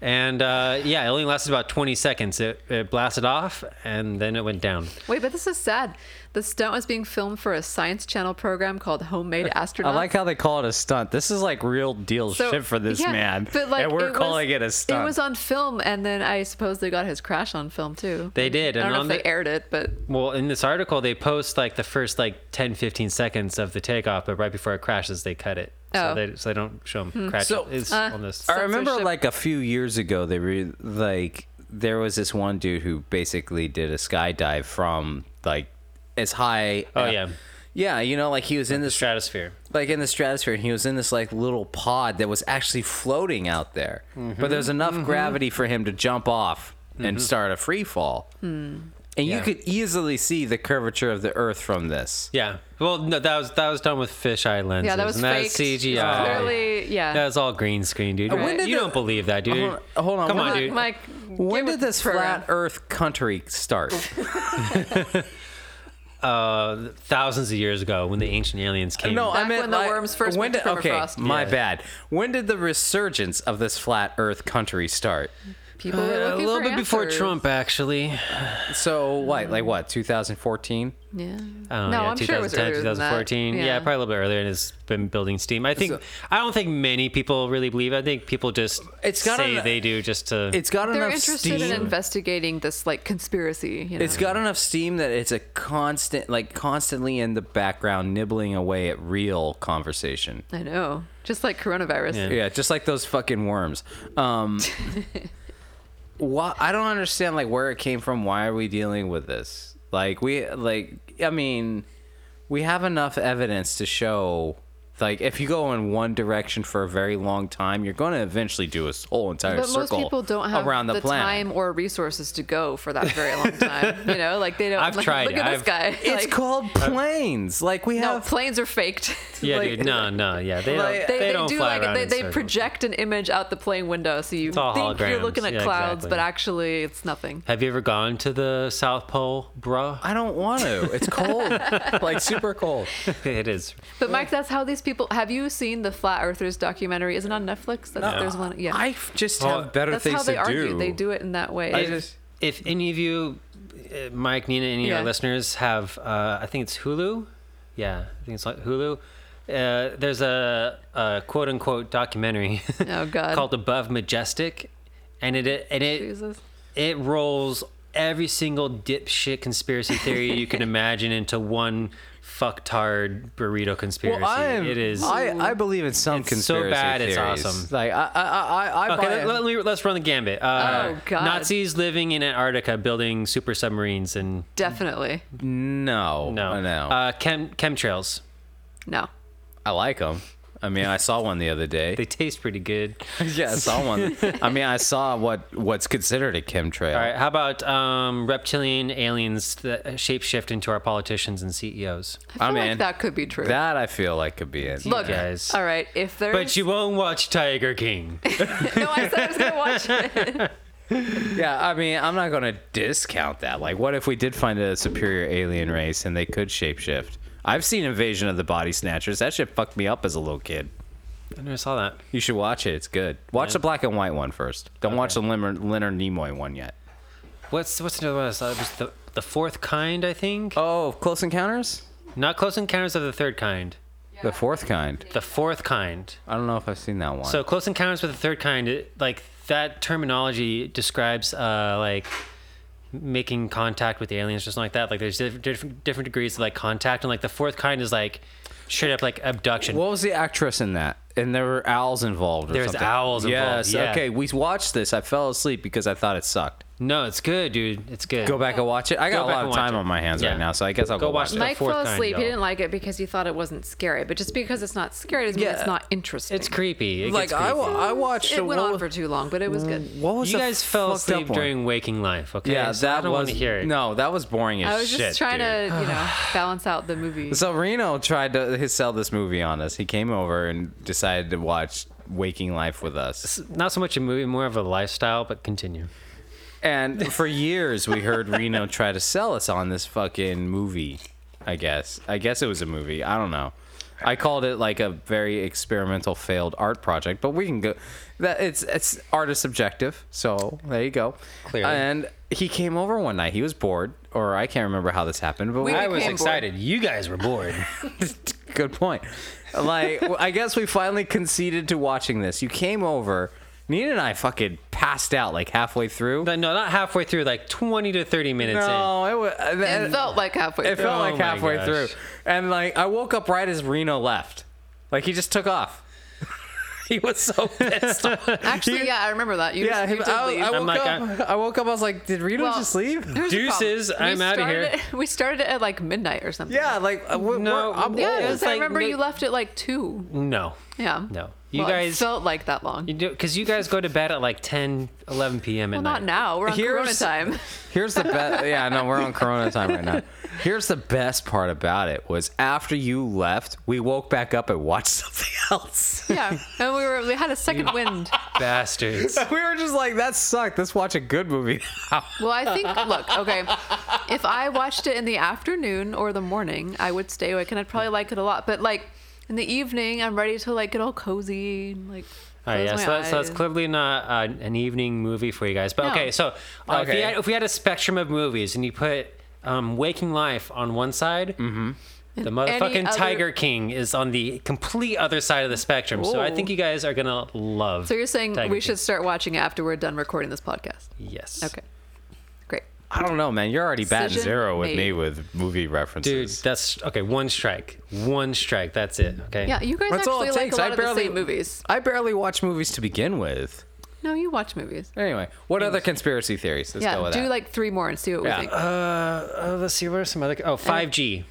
C: And uh, yeah, it only lasted about 20 seconds. It, it blasted off and then it went down.
A: Wait, but this is sad. The stunt was being filmed for a Science Channel program called Homemade
D: I
A: Astronaut.
D: like how they call it a stunt. This is like real deal shit for this
A: yeah,
D: man,
A: but, like,
D: and we're
A: was-
D: calling it a stunt.
A: It was on film, and then I suppose they got his crash on film too.
C: They did,
A: I don't
C: and
A: know
C: on
A: if they
C: the-
A: aired it, but
C: Well, in this article, they post like the first like 10, 15 seconds of the takeoff, but right before it crashes, they cut it.
A: Oh. Hmm. uh,
C: So, they, so they don't show them crash.
D: So-
C: it's on this.
D: I remember
A: censorship.
D: like a few years ago, they re- like there was this one dude who basically did a skydive from like as high.
C: Oh, yeah.
D: yeah. You know, like he was in
C: the
D: this
C: stratosphere.
D: like in the stratosphere, and he was in this like little pod that was actually floating out there, but there's enough gravity for him to jump off and start a free fall. And
C: Yeah.
D: you could easily see the curvature of the Earth from this.
C: Yeah. Well, no, that was that was done with fisheye lenses.
A: yeah, that was
C: and that's
A: fake.
C: CGI.
A: Clearly, yeah.
C: That was all green screen, dude.
A: When did
C: You
D: Uh, the- Uh,
C: don't believe that, dude.
D: Hold on- hold on,
C: Come
D: when
C: on,
A: Mike,
C: dude.
A: Mike,
D: When
A: give
D: did
A: it
D: this
A: program.
D: flat Earth country start?
C: Uh, thousands of years ago, when the ancient aliens came.
D: Uh, No, I
A: Back
D: meant
A: when the
D: like,
A: worms first
D: when
A: went
D: did-
A: to
D: okay,
A: permafrost.
D: my
C: Yeah.
D: bad. When did the resurgence of this flat Earth country start?
A: People
C: Uh,
A: were
C: a
A: looking
C: little
A: for
C: bit before
A: answers.
C: Trump, actually.
D: So what, like what, 2014?
A: Yeah.
C: Oh,
A: no,
C: yeah,
A: I'm sure it was
C: 2010,
A: earlier than that.
C: 2014. Yeah. probably a little bit earlier, and it's been building steam. I think I don't think many people really believe. it. I think people just
D: It's got
C: say
D: an-
C: they do just to.
D: It's got
A: They're
D: enough
A: interested
D: steam.
A: in investigating this like conspiracy. You know?
D: it's got enough steam that it's a constant, like constantly in the background, nibbling away at real conversation.
A: I know, just like coronavirus.
C: Yeah.
D: Yeah, just like those fucking worms. Um, why, I don't understand like where it came from. Why are we dealing with this? Like we like I mean, we have enough evidence to show. Like if you go in one direction for a very long time, you're going to eventually do a whole entire
A: But most
D: circle
A: people don't have
D: around the,
A: the,
D: planet.
A: time or resources to go for that very long time. You know, like they don't.
C: I've
A: like,
C: tried
A: Look
C: it.
A: at this
C: I've-
A: guy.
D: It's
A: like,
D: called planes. Like we
A: No,
D: have
A: planes are faked.
C: yeah,
D: like-
C: dude. No, no. Yeah, they
D: Like-
C: don't. They, don't fly around
A: they,
C: in
A: they
C: circles.
A: project an image out the plane window, so you
C: all
A: think you're looking
C: holograms.
A: at
C: Yeah,
A: clouds,
C: exactly.
A: but actually it's nothing.
C: Have you ever gone to the South Pole, bruh?
D: I don't want to. It's cold. like super cold.
C: it is.
A: But Mike, that's how these people. Have you seen the Flat Earthers documentary? Is it on Netflix? That's, There's one. Yeah,
D: I f- just
C: Well,
D: have better
A: that's
D: things
A: how they
D: to
A: argue.
D: do.
A: They do it in that way.
D: I just
C: If any of you, uh, Mike, Nina, any of
A: Yeah.
C: our listeners have, uh, I think it's Hulu. Yeah, I think it's like Hulu. Uh, there's a, a quote unquote documentary
A: Oh, God.
C: called Above Majestic, and it and it
A: Jesus.
C: it rolls every single dipshit conspiracy theory you can imagine into one fucktard burrito conspiracy.
D: Well, I am,
C: it is
D: I, I believe in some
C: It's so
D: conspiracy
C: bad, it's
D: theories.
C: awesome.
D: Like I, I, I, I- I
C: Okay,
D: buy
C: let,
D: in.
C: let me, let's run the gambit. Uh,
A: Oh, God.
C: Nazis living in Antarctica building super submarines and
A: Definitely
D: no, no,
C: no,
D: no.
C: Uh, chem, chemtrails.
A: no.
D: I like them. I mean, I saw one the other day.
C: They taste pretty good.
D: yeah, I saw one. I mean, I saw what what's considered a chemtrail.
C: All right, how about um, reptilian aliens that shapeshift into our politicians and E CEOs?
A: I feel
D: I'm
A: like
D: in.
A: that could be true.
D: That I feel like could be it.
A: Look,
C: guys.
A: all right. If there's
C: But you won't watch Tiger King.
A: no, I said I was gonna watch it.
D: Yeah, I mean, I'm not gonna discount that. Like, what if we did find a superior alien race and they could shapeshift? I've seen Invasion of the Body Snatchers. That shit fucked me up as a little kid.
C: I never saw that.
D: You should watch it. It's good. Watch the black and white one first. Don't watch the Leonard, Leonard Nimoy one yet.
C: What's what's another one I saw? It was the the fourth kind, I think.
D: Oh, Close Encounters?
C: Not Close Encounters of the Third Kind.
D: The fourth kind.
C: The fourth kind.
D: I don't know if I've seen that one.
C: So Close Encounters with the Third Kind, it, like that terminology describes uh, like making contact with the aliens, just like that. Like there's diff- different different degrees of like contact, and like the fourth kind is like straight up like abduction.
D: what was the actress in that? And there were owls involved. Or
C: There's
D: something.
C: owls involved,
D: Yes.
C: yeah.
D: Okay. We watched this. I fell asleep because I thought it sucked.
C: No, it's good, dude. It's good.
D: Go back and watch it. I got
C: Go
D: a
C: back
D: lot
C: and
D: of
C: watch
D: time
C: it.
D: on my hands
C: Yeah.
D: right now, so I guess I'll go,
C: Go watch
D: watch
C: the
D: it.
A: Mike
C: fourth
A: fell
C: kind,
A: asleep. he
C: y'all.
A: didn't like it because he thought it wasn't scary. But just because it's not scary doesn't mean
D: Yeah.
A: it's not interesting.
C: It's creepy. It
D: Like
C: gets
D: I,
C: creepy.
D: wa- I watched.
A: it went
D: what
A: on
D: was-
A: for too long, but it was good.
D: What was
C: you
D: the
C: guys fell
D: fucked up
C: asleep
D: one?
C: during waking life. Okay,
D: Yeah,
C: So
D: that
C: I don't
D: was
C: want to hear it.
D: no, that was boring as
A: I was just
D: shit,
A: trying
D: dude.
A: to, you know, balance out the movie.
D: So Reno tried to his sell this movie on us. He came over and decided to watch Waking Life with us.
C: not so much a movie, more of a lifestyle. But continue.
D: And for years we heard Reno try to sell us on this fucking movie. I guess. I guess it was a movie. I don't know. I called it like a very experimental failed art project, but we can go. That it's it's art is subjective, so there you go.
C: Clearly.
D: And he came over one night. He was bored, or I can't remember how this happened, but we,
A: We
B: I was
A: became bored.
B: excited. You guys were bored.
D: Good point. Like, well, I guess we finally conceded to watching this. You came over. Nina and I fucking passed out like halfway through.
C: But no, not halfway through, like 20 to 30 minutes in.
D: no, it uh, was.
A: It felt like halfway
D: It
A: through.
D: felt
C: Oh
D: like
C: my
D: halfway
C: gosh.
D: through. And like I woke up right as Reno left. Like he just took off.
C: He was so pissed off.
A: Actually, yeah, I remember that. You,
D: Yeah,
A: just, you
D: him,
A: did
D: I,
A: leave.
D: I woke
C: I'm like,
D: up. I, woke up. I was like, did Reno
A: Well,
D: just
A: here's
D: leave?
A: the problem.
C: Deuces,
A: We
C: I'm outta
A: started
C: here.
A: it- we started it at like midnight or something.
D: Yeah, like uh, we're,
C: No,
D: we're- I'm
A: Yeah,
D: old.
A: because
C: Oh, It's
A: I
C: like
A: remember
C: mid-
A: you left at like two.
C: No.
A: Yeah.
C: No. You
A: Well, it
C: guys-
A: felt like that long.
C: You do because you guys go to bed at like 10, 11 p.m. at
A: well,
C: night.
A: not now. We're on Corona
D: Here's-
A: time.
D: Here's the best. Yeah, no, we're on Corona time right now. Here's the best part about it was after you left, we woke back up and watched something else.
A: yeah, and we were we had a second wind.
C: Bastards.
D: we were just like, that sucked. Let's watch a good movie.
A: Well, I think look, okay, if I watched it in the afternoon or the morning, I would stay awake and I'd probably like it a lot. But like in the evening, I'm ready to like get all cozy and like.
C: All right, Oh, yeah, so, that, so that's clearly not uh, an evening movie for you guys. But
A: No.
C: okay, so uh, If,
D: Okay.
C: you had, if we had a spectrum of movies and you put um, Waking Life on one side, the motherfucking
A: other-
C: Tiger King is on the complete other side of the spectrum. So I think
A: Ooh.
C: you guys are going to love
A: So you're saying
C: Tiger
A: we
C: King.
A: should start watching it after we're done recording this podcast?
C: Yes.
A: Okay, great.
D: I don't know, man. You're already batting
A: Decision
D: zero with
A: made.
D: me with movie
C: Dude,
D: references.
C: that's okay. One strike. One strike. That's it. Okay.
A: Yeah, you guys
D: That's all
A: actually
D: it
A: like
D: takes.
A: a lot
D: I
A: of
D: barely
A: the same movies.
D: I barely watch movies to begin with.
A: No, you watch movies.
D: Anyway, what other conspiracy theories? Let's go
A: yeah,
D: with
A: do
D: that.
A: like three more and see what
D: Yeah.
A: we think.
C: Uh, uh, let's see. What are some other? Oh, 5G.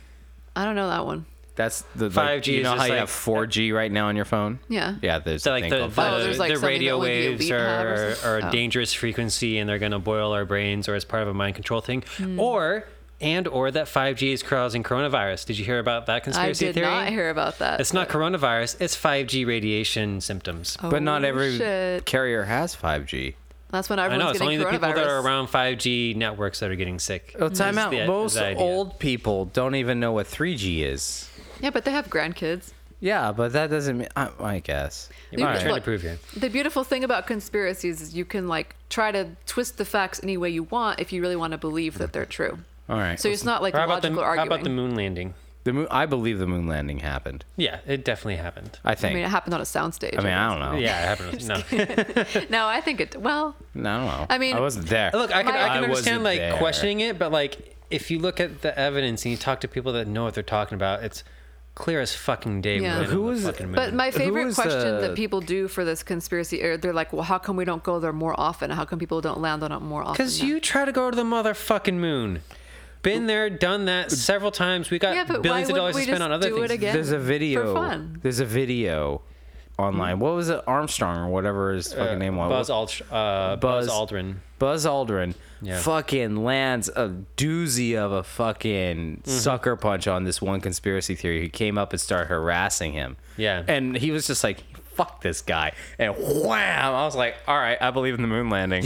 A: I don't know that one.
D: That's the like,
C: 5G
D: You
C: is
D: know how
C: just
D: you
C: like-
D: have 4G right now on your phone?
A: Yeah.
D: Yeah, there's a
C: So like
D: thing
C: the,
D: called
C: the,
D: 5G.
A: Oh, there's, like,
C: the
A: something
C: radio
A: that would be
C: waves
A: elite have or
C: are, are
A: something?
C: a
A: Oh.
C: dangerous frequency and they're going to boil our brains or as part of a mind control thing
A: Hmm.
C: or and or that 5G is causing coronavirus. Did you hear about that
A: I
C: conspiracy
A: did
C: theory?
A: not hear about that.
C: it's not coronavirus, it's 5G radiation symptoms.
D: But not
A: Oh,
D: every
A: shit.
D: carrier has 5G.
A: That's when
C: I know
A: everyone's
C: it's only
A: getting
C: the
A: coronavirus.
C: people that are around 5G networks that are getting sick.
D: Oh, time out.
C: the-
D: Most
C: is the idea.
D: old people don't even know what 3G is.
A: Yeah, but they have grandkids.
D: Yeah, but that doesn't mean. I, I guess.
C: What are you
A: Look,
C: trying to prove here?
A: The beautiful thing about conspiracies is you can like try to twist the facts any way you want if you really want to believe that they're true.
D: All right.
A: So it's not like
C: How about, the,
A: logical
C: how
A: arguing.
C: about the moon landing?
D: The moon, I believe the moon landing happened.
C: Yeah, it definitely happened.
D: I
A: I
D: think.
A: mean, it happened on a soundstage.
D: I mean, I don't
A: Oh.
D: know.
C: Yeah, it happened. No.
A: No, I think it. Well,
D: No, I don't know.
A: I mean-
D: I wasn't there.
C: Look, I can,
A: My-
C: I can
D: I wasn't
C: understand like
D: there.
C: questioning it, but like if you look at the evidence and you talk to people that know what they're talking about, it's clear as fucking day.
A: Yeah.
C: Yeah.
D: Who
C: Who
D: is-
C: is fucking moon.
A: but my favorite
D: is uh,
A: question
D: the-
A: that people do for this conspiracy, or they're like, "Well, how come we don't go there more often? How come people don't land on it more often?"
C: Because you try to go to the motherfucking moon. Been there, done that several times. We got
A: Yeah, but why
C: billions of
A: wouldn't
C: dollars to
A: we
C: spend
A: just
C: on other
A: do it
C: things.
A: again?
D: There's a
A: for
D: video.
A: fun.
D: There's a video online. What was it? Armstrong or whatever his fucking name was.
C: Buzz, Aldrin. uh, Buzz,
D: Buzz-
C: Aldrin.
D: Buzz Aldrin
C: Yeah.
D: fucking lands a doozy of a fucking
C: Mm-hmm.
D: sucker punch on this one conspiracy theory who came up and started harassing him.
C: Yeah.
D: And he was just like, fuck this guy. And wham! I was like, all right, I believe in the moon landing.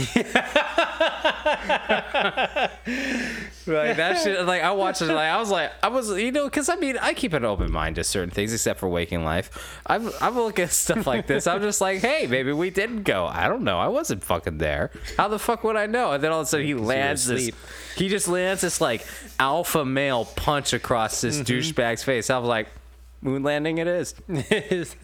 D: like that shit, like I watched it, like I was like, I was, you know, because I mean, I keep an open mind to certain things except for waking life. I'm, I'm looking at stuff like this. I'm just like, hey, maybe we didn't go. I don't know. I wasn't fucking there. How the fuck would I know? And then all of a sudden he lands this,
C: asleep.
D: he just lands this like alpha male punch across this
C: Mm-hmm.
D: douchebag's face. I was like, moon landing it is.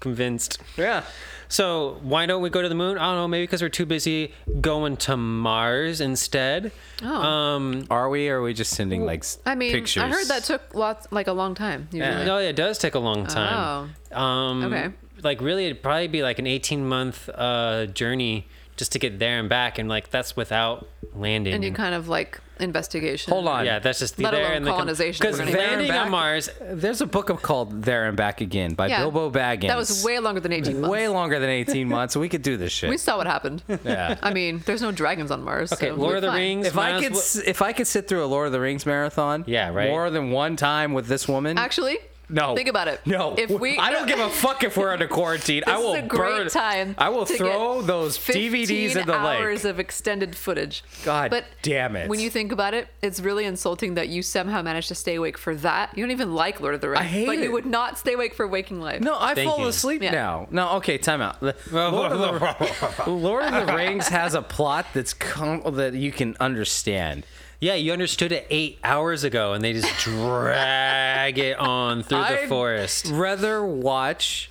C: Convinced.
D: Yeah.
C: So why don't we go to the moon? I don't know. Maybe because we're too busy going to Mars instead.
A: Oh.
C: Um,
D: Are we? Or are we just sending like s-
A: I mean,
D: pictures?
A: I heard that took lots, like a long time. usually.
C: No, Mm, oh, it does take a long time. Um,
A: Oh. Okay.
C: Like really, it'd probably be like an eighteen month uh, journey just to get there and back, and like that's without landing.
A: And you kind of like investigation.
D: Hold on.
C: yeah, that's just the
A: Let
C: there
A: alone
C: and the
A: colonization
C: Because
A: we're gonna
D: get.
C: landing
D: There and
C: on
D: back.
C: Mars,
D: There's a book called There and Back Again by
A: Yeah.
D: Bilbo Baggins.
A: That was way longer than 18 months.
D: Way longer than 18 months. We could do this shit.
A: We saw what happened.
D: Yeah.
A: I mean, there's no dragons on Mars.
C: Okay,
A: so
C: Lord
A: we're
C: of the
A: fine.
C: Rings.
D: if I
C: Miles,
D: could,
C: what-
D: s if I could sit through a Lord of the Rings marathon,
C: Yeah, right.
D: more than one time with this woman,
A: Actually,
D: No.
A: Think about it.
D: No.
A: If we-
D: I don't give a fuck if we're under quarantine. I
A: This
D: will
A: is a great
D: burn-
A: time.
D: I will
A: to get
D: throw those
A: 15
D: DVDs in the lake.
A: hours of extended footage.
D: God
A: but
D: damn it.
A: When you think about it, it's really insulting that you somehow managed to stay awake for that. You don't even like Lord of the Rings,
D: I hate
A: but
D: it.
A: you would not stay awake for Waking Life.
D: No, I
C: Thank
D: fall
C: you.
D: asleep
A: Yeah.
D: now. No, okay, time out. Lord of the, Lord of the Rings has a plot that's com- that you can understand.
C: Yeah, you understood it eight hours ago, and they just drag it on through the
D: I'd
C: forest.
D: Rather watch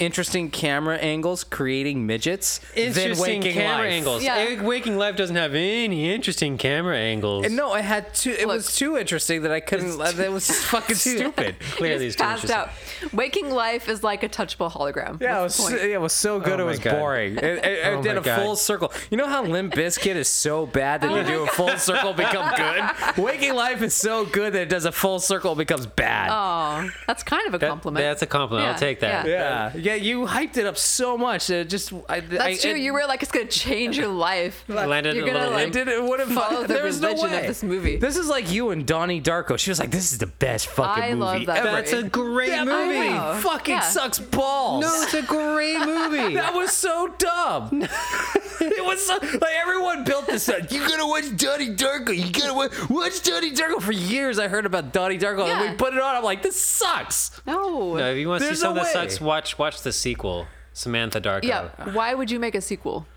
D: interesting camera angles creating midgets than
C: Interesting
D: waking
C: camera
D: life.
C: angles.
A: Yeah.
C: Eh, Waking Life doesn't have any interesting camera angles.
D: And no, I had two. It was
A: Look.
D: too interesting that I couldn't. That was fucking stupid.
C: Clearly, it's too
A: passed
C: interesting.
A: out. Waking Life is like a touchable hologram.
D: Yeah, it
A: What's
D: was,
A: the
D: so,
A: point?
D: yeah, it was so good. it
C: Oh my
D: was
C: God.
D: boring. It, it, it
C: Oh
D: did
C: my
D: a
C: God.
D: full circle. You know how Limp Bizkit is so bad that
A: Oh
D: they
A: my
D: do a full circle become good. Waking Life is so good that it does a full circle and becomes bad.
A: Oh, that's kind of a compliment.
C: That's a compliment.
A: Yeah,
C: I'll take that.
A: yeah.
D: yeah, yeah. You hyped it up so much that it just. I,
A: That's true. you were like, it's gonna change your life.
C: landed
A: You're
C: in a
A: gonna
C: little
A: like
C: limp.
D: did it would have
A: follow the
D: there was no
A: religion of
D: way.
A: this movie.
D: This is like you and Donnie Darko. She was like, "This is the best fucking
A: I
D: movie
A: love that
D: ever."
A: movie.
C: That's a great
D: That
C: movie.
A: I know.
D: movie fucking
A: Yeah.
D: sucks balls.
C: No, it's a great movie.
D: That was so dumb. it was so, like everyone built this. Up. You gotta watch Donnie Darko. You gotta watch, watch Donnie Darko. For years, I heard about Donnie Darko, and
A: Yeah.
D: we put it on. I'm like, this sucks.
A: No.
C: No, if you want to see
D: There's no
C: something that
D: way.
C: sucks, watch watch the sequel, Samantha Darko.
A: yeah. Why would you make a sequel?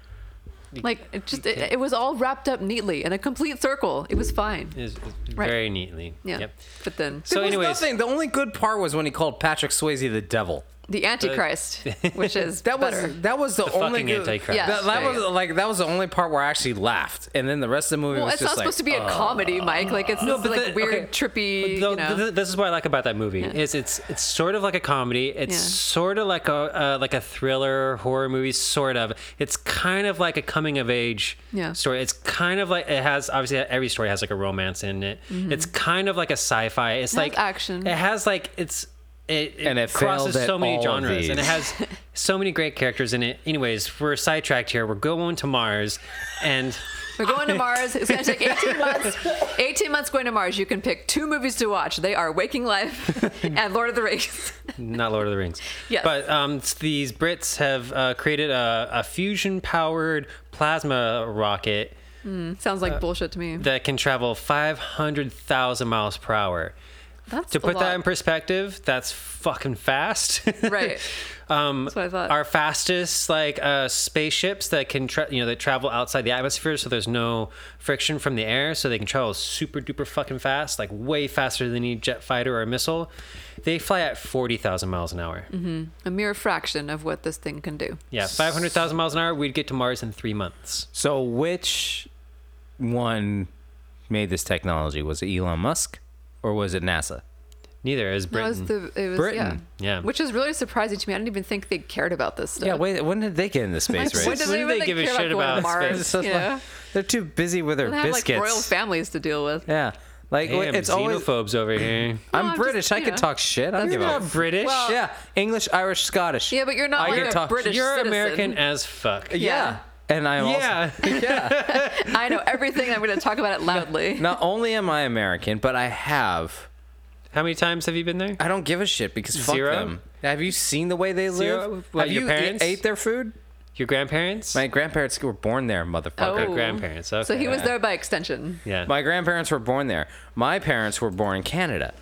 A: Like it just it, it was all wrapped up neatly in a complete circle. It was fine.
C: It's- it's
A: Right.
C: Very neatly.
A: Yeah.
C: Yep.
A: But then
C: So,
D: There was
C: anyways,
D: nothing. The only good part was when he called Patrick Swayze the devil.
A: the
C: uh,
A: Antichrist, which is
D: That was
A: better.
D: that was the, only
C: fucking
D: good-
C: Antichrist.
A: Yeah.
D: That, that
A: Yeah,
D: was like that was the only part where I actually laughed, and then the rest of the movie
A: Well,
D: was
A: it's not
D: just like,
A: supposed to be a comedy, Mike. Like it's this,
C: uh, but
A: like
C: the-
A: weird,
C: okay.
A: trippy.
C: Though,
A: you know.
C: th- this is what I like about that movie is it's it's sort of like a comedy. It's
A: Yeah.
C: sort of like a uh, like a thriller horror movie. Sort of. It's kind of like a coming of age
A: Yeah.
C: story. It's kind of like it has obviously every story has like a romance in it. It's kind of like a sci-fi. It's
A: It has
C: like
A: Mm-hmm. action.
C: It has like it's. It, it
D: And it
C: crosses
D: failed at
C: so many
D: all of
C: genres, and it
D: these.
C: has so many great characters in it. Anyways, we're sidetracked here. We're going to Mars, and
A: We're going to Mars. It's going to take 18 months. 18 months going to Mars. You can pick two movies to watch. They are Waking Life and Lord of the Rings.
C: not Lord of the Rings.
A: Yes.
C: But um, s- these Brits have uh, created a, a fusion powered plasma rocket
A: Sounds
C: Uh,
A: like bullshit to me.
C: that can travel 500,000 miles per hour.
A: That's
C: to
A: a
C: put
A: lot.
C: that in perspective, that's fucking fast.
A: Right.
C: um,
A: That's what I thought.
C: Our fastest like uh, spaceships that can tra- you know that travel outside the atmosphere, so there's no friction from the air, so they can travel super duper fucking fast, like way faster than any jet fighter or missile. They fly at forty thousand miles an hour.
A: a mere fraction of what this thing can do.
C: Yeah, five hundred thousand miles an hour. We'd get to Mars in three months.
D: So which one made this technology? Was it Elon Musk or was it NASA?
C: Neither is
A: That was
C: Britain.
A: the it was
D: Britain.
A: yeah.
C: Yeah.
A: Which is really surprising to me. I didn't even think they cared about this stuff.
D: Yeah, wait, when did they get into space
A: Why
D: race?
A: did
C: When
A: they,
C: did
A: really
C: they give a
A: care
C: shit
A: about,
C: about
A: going to
C: space?
A: Mars? You know?
D: They're too busy with their
A: They have like
D: biscuits.
A: royal families to deal with.
D: yeah, like
C: Damn,
D: it's
C: it's
D: always.
C: xenophobes over here.
A: No,
D: I'm
A: I'm
D: British.
A: just,
D: I
A: you
D: could
A: know.
D: talk shit. I don't give
C: You're
D: a.
C: not British.
A: Well-
D: yeah, English, Irish, Scottish.
A: Yeah, but you're not
D: I
A: like
D: could
A: a
D: talk-
A: British
C: You're
A: citizen.
C: American as fuck.
D: yeah.
A: Yeah.
D: And I'm also
C: Yeah.
A: I know everything. I'm going to talk about it loudly.
D: not only am I American, but I have.
C: How many times have you been there?
D: I don't give a shit because fuck
C: Zero?
D: them. Have you seen the way they
C: Zero?
D: live?
C: What,
D: have
C: your
D: you e-
C: parents?
D: ate their food?
C: Your grandparents?
D: My grandparents were born there, motherfucker.
A: Oh.
C: grandparents,
A: So
C: okay.
A: he was there by extension.
C: yeah.
D: My grandparents were born there. My parents were born in Canada.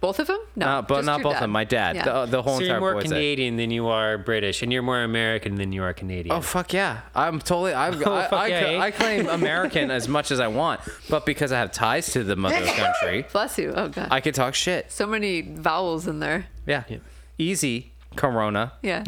A: Both of them? No,
D: Uh, but
A: just
D: not
A: your
D: both of them. My dad.
A: Yeah.
D: The, the whole
C: so
D: entire
C: you're more
D: boy's dad.
C: Canadian than you are British, and you're more American than you are Canadian.
D: Oh fuck yeah! I'm totally. I, I,
C: fuck
D: I,
C: yeah,
D: cl-
C: eh?
D: I claim American as much as I want, but because I have ties to the mother country,
A: Bless you. Oh god.
D: I can talk shit.
A: so many vowels in there.
D: Yeah, easy. Corona,
A: Yeah.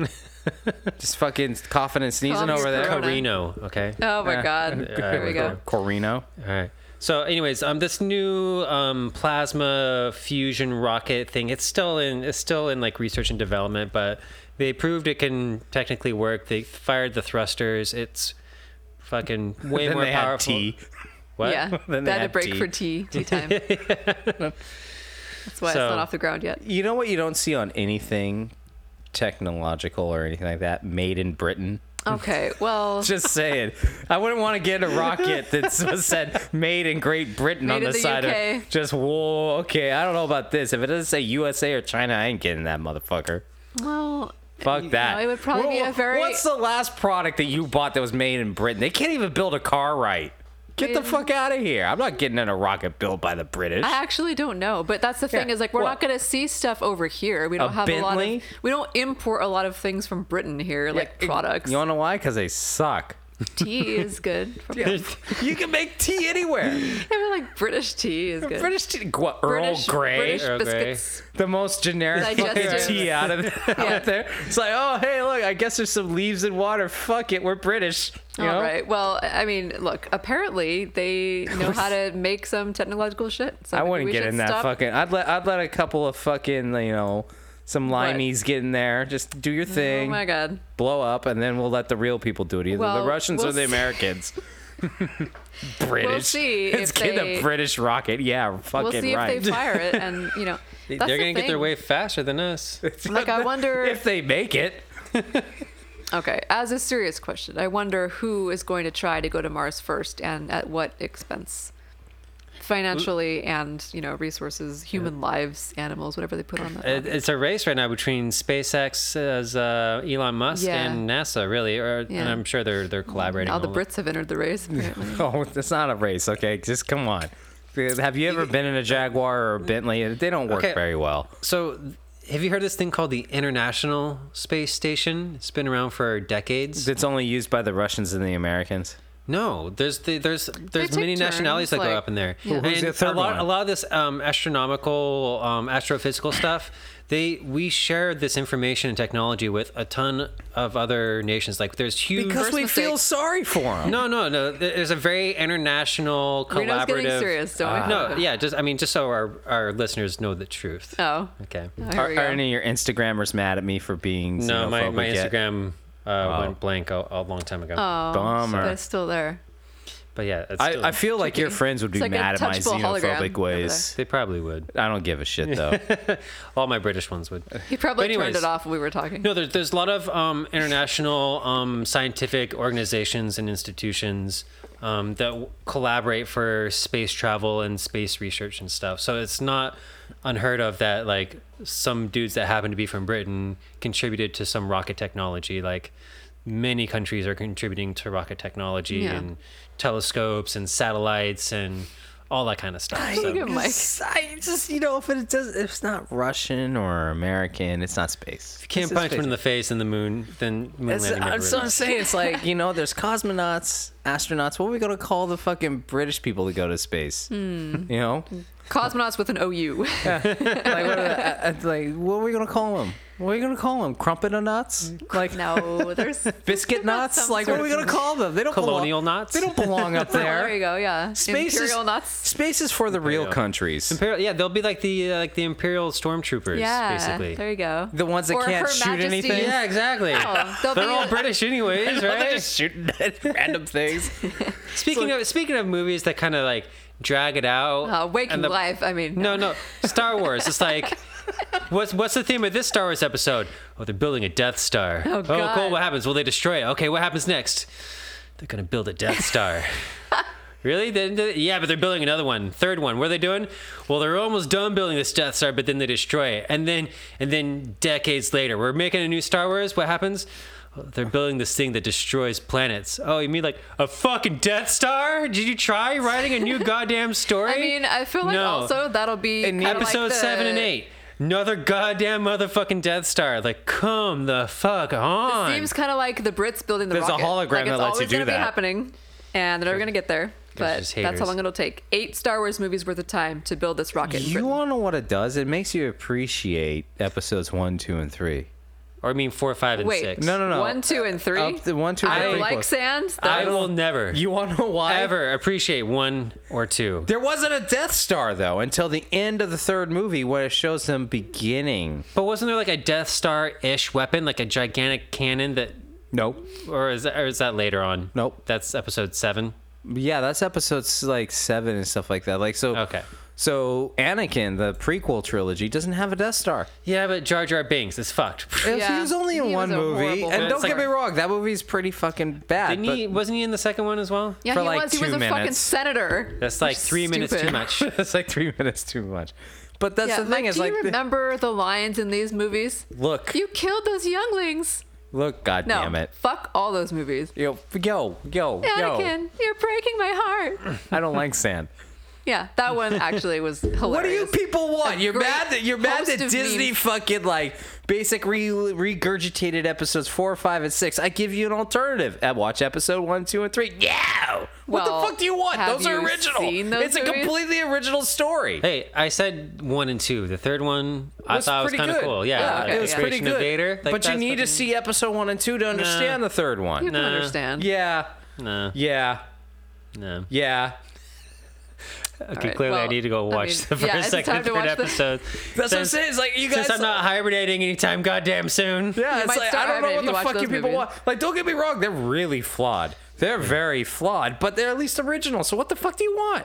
D: just fucking coughing and sneezing
A: Cough,
D: over there.
A: corona.
C: Carino, okay.
A: Oh my god. there we go.
D: Corino.
C: All right. So, anyways, um, this new um, plasma fusion rocket thing—it's still in—it's still in like research and development, but they proved it can technically work. They fired the thrusters. It's fucking way
D: Then
C: more
D: they had
C: powerful.
D: tea.
C: What?
A: Yeah.
D: Then
A: Then
D: they
A: had a
D: had
A: break
D: tea.
A: for tea. Tea time. That's why
C: So-
A: it's not off the ground yet.
D: You know what you don't see on anything technological or anything like that made in Britain?
A: Okay, well,
D: Just saying. I wouldn't want to get a rocket that said "Made in Great Britain"
A: Made
D: on
A: in
D: the,
A: the
D: side.
A: UK.
D: Of, just whoa. Okay, I don't know about this. If it doesn't say USA or China, I ain't getting that motherfucker.
A: well,
D: Fuck that.
A: it would probably be a very-
D: What's the last product that you bought that was made in Britain? They can't even build a car right. Get the
A: Made in-
D: fuck out of here! I'm not getting in a rocket built by the British.
A: I actually don't know, but that's the thing
D: Yeah,
A: is like we're
D: what?
A: not going to see stuff over here. We don't have a lot
D: Bentley?
A: of we don't import a lot of things from Britain here, like
D: Yeah,
A: products.
D: You wanna know why? Because they suck.
A: tea is good. From
D: you can make tea anywhere.
A: I mean, like British tea is good.
D: British tea, what, Earl
A: British-
D: Grey.
A: British
C: Earl Grey.
A: biscuits.
D: the most generic fucking
A: Digestive.
D: tea out of
A: Yeah.
D: out there. It's like, oh hey, look, I guess there's some leaves and water. Fuck it, we're British. You know?
A: All right. Well, I mean, look. Apparently, they know how to make some technological shit. So
D: I
A: maybe
D: wouldn't
A: we
D: get
A: should
D: in that
A: stop-
D: fucking. I'd let I'd let a couple of fucking you know some limeys get in there. Just do your
A: Oh
D: thing.
A: my god.
D: Blow up, and then we'll let the real people do it. Either
A: Well,
D: the Russians or
A: we'll
D: the
A: see.
D: Americans. British.
A: see
D: Let's
A: if
D: get
A: they-
D: a British rocket. Yeah, fucking
A: We'll see
D: right.
A: if they fire it, and you know,
C: They're
A: that's the
C: gonna get their
A: thing.
C: way faster than us.
A: Like I wonder
D: if they make it.
A: Okay, as a serious question, I wonder who is going to try to go to Mars first and at what expense? Financially and, you know, resources, human lives, animals, whatever they put on that.
C: It- It's a race right now between SpaceX as uh, Elon Musk
A: Yeah.
C: and NASA, really. Or,
A: Yeah.
C: And I'm sure they're they're collaborating.
A: Now the
C: all-
A: Brits have entered the race, apparently.
D: Oh, it's not a race. Okay, just come on. Have you ever been in a Jaguar or a Bentley? They don't work
C: Okay.
D: very well.
C: So, have you heard this thing called the International Space Station? It's been around for decades.
D: It's only used by the Russians and the Americans.
C: No, there's the, there's there's
A: take
C: many nationalities
A: turns,
C: that go
A: like-
C: up in there.
A: Yeah. Who's
C: And
D: the third
C: a lot,
D: one?
C: a lot of this um, astronomical, um, astrophysical stuff. They we share this information and technology with a ton of other nations. Like there's huge.
D: Because we
A: mistake.
D: feel sorry for them.
C: No, no, no. There- There's a very international collaborative. uh,
A: Reno's getting serious, don't we?
C: no, yeah. Just I mean, just so our our listeners know the truth.
A: Oh.
C: Okay.
A: Oh,
D: Are,
A: here we
D: are
A: go.
D: any of your Instagrammers mad at me for being
C: No, my,
D: xenophobic
C: my
D: yet?
C: Instagram uh, went blank a, a long time ago.
A: Oh. But
D: Bummer.
A: it's still there.
C: But yeah, it's still,
D: I, I feel like your friends would be
A: It's like a
D: mad at my
A: touchable hologram
D: xenophobic
A: over
D: ways.
C: they probably would.
D: I don't give a shit though.
C: All my British ones would.
A: He probably
C: But
A: turned
C: anyways.
A: it off when we were talking.
C: No, there, there's a lot of um, international um, scientific organizations and institutions um, that w- collaborate for space travel and space research and stuff. So it's not unheard of that like some dudes that happen to be from Britain contributed to some rocket technology. Like many countries are contributing to rocket technology
A: Yeah.
C: and telescopes and satellites and all that kind of stuff.
A: Look
C: So.
A: at Mike.
D: I just you know if it does if it's not Russian or American, it's not space. If
C: Can't punch one in the face in the moon, then moon
D: That's,
C: landing. never
D: that's what I'm
C: really-
D: saying. It's like you know, there's cosmonauts, astronauts. What are we gonna call the fucking British people to go to space?
A: Hmm.
D: You know,
A: Cosmonauts with an OU.
D: like what, are the- uh, uh, like what are we gonna call them? What are we gonna call them? Crumpetonuts? Like
A: no, there's.
D: biscuit nuts?
A: some
D: Like what
A: Mm. sort
D: are we
A: of-
D: gonna call them? They don't
C: Colonial
D: belong,
C: knots?
D: They don't belong up
A: There you
D: there.
A: go, yeah. Imperial nuts.
D: Space is for the real
C: Imperial.
D: countries.
C: Imperial, yeah, they'll be like the uh, like the imperial stormtroopers,
A: Yeah,
C: basically.
A: there you go.
D: The ones that
A: Or
D: can't
A: Her
D: shoot
A: Majesty's-
D: anything?
C: yeah, exactly.
A: Oh, they'll
C: They're
A: be
C: all
A: a-
C: British, anyways,
D: They're
C: right?
D: just shooting at random things.
C: Speaking of speaking of movies that kind of like drag it out,
A: Uh, waking
C: and the-
A: life. I mean,
C: No, no, Star Wars. It's like, what's what's the theme of this Star Wars episode? Oh, they're building a Death Star.
A: Oh, God.
C: cool. What happens? Well, they destroy it. Okay, what happens next? They're gonna build a Death Star. Really? Then they- yeah, but they're building another one, third one. What are they doing? Well, they're almost done building this Death Star, but then they destroy it, and then and then decades later, we're making a new Star Wars. What happens? Well, They're building this thing that destroys planets. Oh, you mean like a fucking Death Star? Did you try writing a new goddamn story?
A: I mean, I feel like
C: No.
A: also that'll be
D: In
A: kinda like
C: episode
A: the-
C: seven and eight. Another goddamn motherfucking Death Star. Like, come the fuck on.
A: Seems kind of like the Brits building the
D: There's a
A: rocket. like,
D: hologram that
A: it's
D: lets you
A: always
D: do
A: gonna
D: that.
A: Be happening, and they're never gonna get there. But that's
C: just
A: how
C: haters.
A: long it'll take. Eight Star Wars movies worth of time to build this rocket. in
D: You
A: Britain.
D: want to know what it does? It makes you appreciate episodes one, two, and three.
C: or I mean four, five, and
A: Wait,
C: six.
D: No, no, no.
A: One, two, and three.
D: Up to one, two, and
A: I
D: three.
A: like sand.
C: I
A: That-
C: will never
D: You want to know why?
C: ever appreciate one or two.
D: There wasn't a Death Star though until the end of the third movie, where it shows them beginning.
C: But wasn't there like a Death Star ish weapon, like a gigantic cannon that
D: Nope.
C: or is that, or is that later on?
D: Nope.
C: That's episode seven.
D: Yeah, that's episodes like seven and stuff like that. Like so.
C: Okay.
D: So Anakin, the prequel trilogy, doesn't have a Death Star.
C: Yeah, but Jar Jar Binks is fucked.
D: If
A: Yeah.
D: He was only in
A: He was
D: one
A: a
D: movie,
A: horrible
D: and
A: Death
D: don't get
C: Star.
D: me wrong, that movie's pretty fucking bad.
C: Didn't
D: but-
C: he? Wasn't he in the second one as well?
A: Yeah,
D: For
A: he
D: like
A: was. He
D: two
A: was a fucking
D: minutes.
A: senator.
C: That's like three minutes too
A: Stupid.
C: much.
D: That's like three minutes too much. But that's
A: Yeah,
D: the
A: Mike,
D: thing is
A: do
D: like,
A: you
D: the-
A: remember the lines in these movies?
D: look,
A: You killed those younglings.
D: look,
A: No,
D: goddamn it.
A: fuck all those movies.
D: Yo, yo, yo, yo!
A: Anakin, you're breaking my heart.
D: I don't like sand.
A: Yeah, that one actually was hilarious.
D: What do you people want?
A: A
D: You're
A: great
D: mad that you're mad
A: host
D: that
A: of
D: Disney
A: memes.
D: fucking like basic re- regurgitated episodes four, five, and six. I give you an alternative. At watch episode one, two, and three. Yeah. What
A: Well,
D: the fuck do you want?
A: have
D: Those are
A: you
D: original.
A: seen those
D: it's a
A: movies?
D: completely original story.
C: Hey, I said one and two. The third one I
D: was
C: thought was
D: pretty
C: kind of
D: good.
C: cool. Yeah,
A: Yeah,
C: like
A: okay,
D: it
C: the
D: was
A: yeah.
D: pretty
C: creation of
D: good.
C: Vader. Like,
D: but you
C: that's
D: need to
C: fucking-
D: see episode one and two to understand the third one.
A: You don't
C: Nah.
A: understand.
D: Yeah.
C: No,
D: Yeah.
C: no.
D: Yeah.
C: Okay,
A: right,
C: clearly I
A: well,
C: need to go
A: I
C: watch
A: mean,
C: the first,
A: yeah, it's
C: second,
A: time
C: and
A: to
C: third
A: watch the-
C: episode.
D: That's what I'm
C: Since-
D: saying. It's like you guys.
C: Since I'm not hibernating anytime goddamn soon.
D: Yeah,
A: You
D: it's
A: might
D: like I
A: start
D: don't know
A: hibernate
D: what
A: if you
D: the
A: watch
D: fuck you
A: those
D: people
A: movies. Mm.
D: want. Like, don't get me wrong, they're really flawed. They're very flawed, but they're at least original. So what the fuck do you want?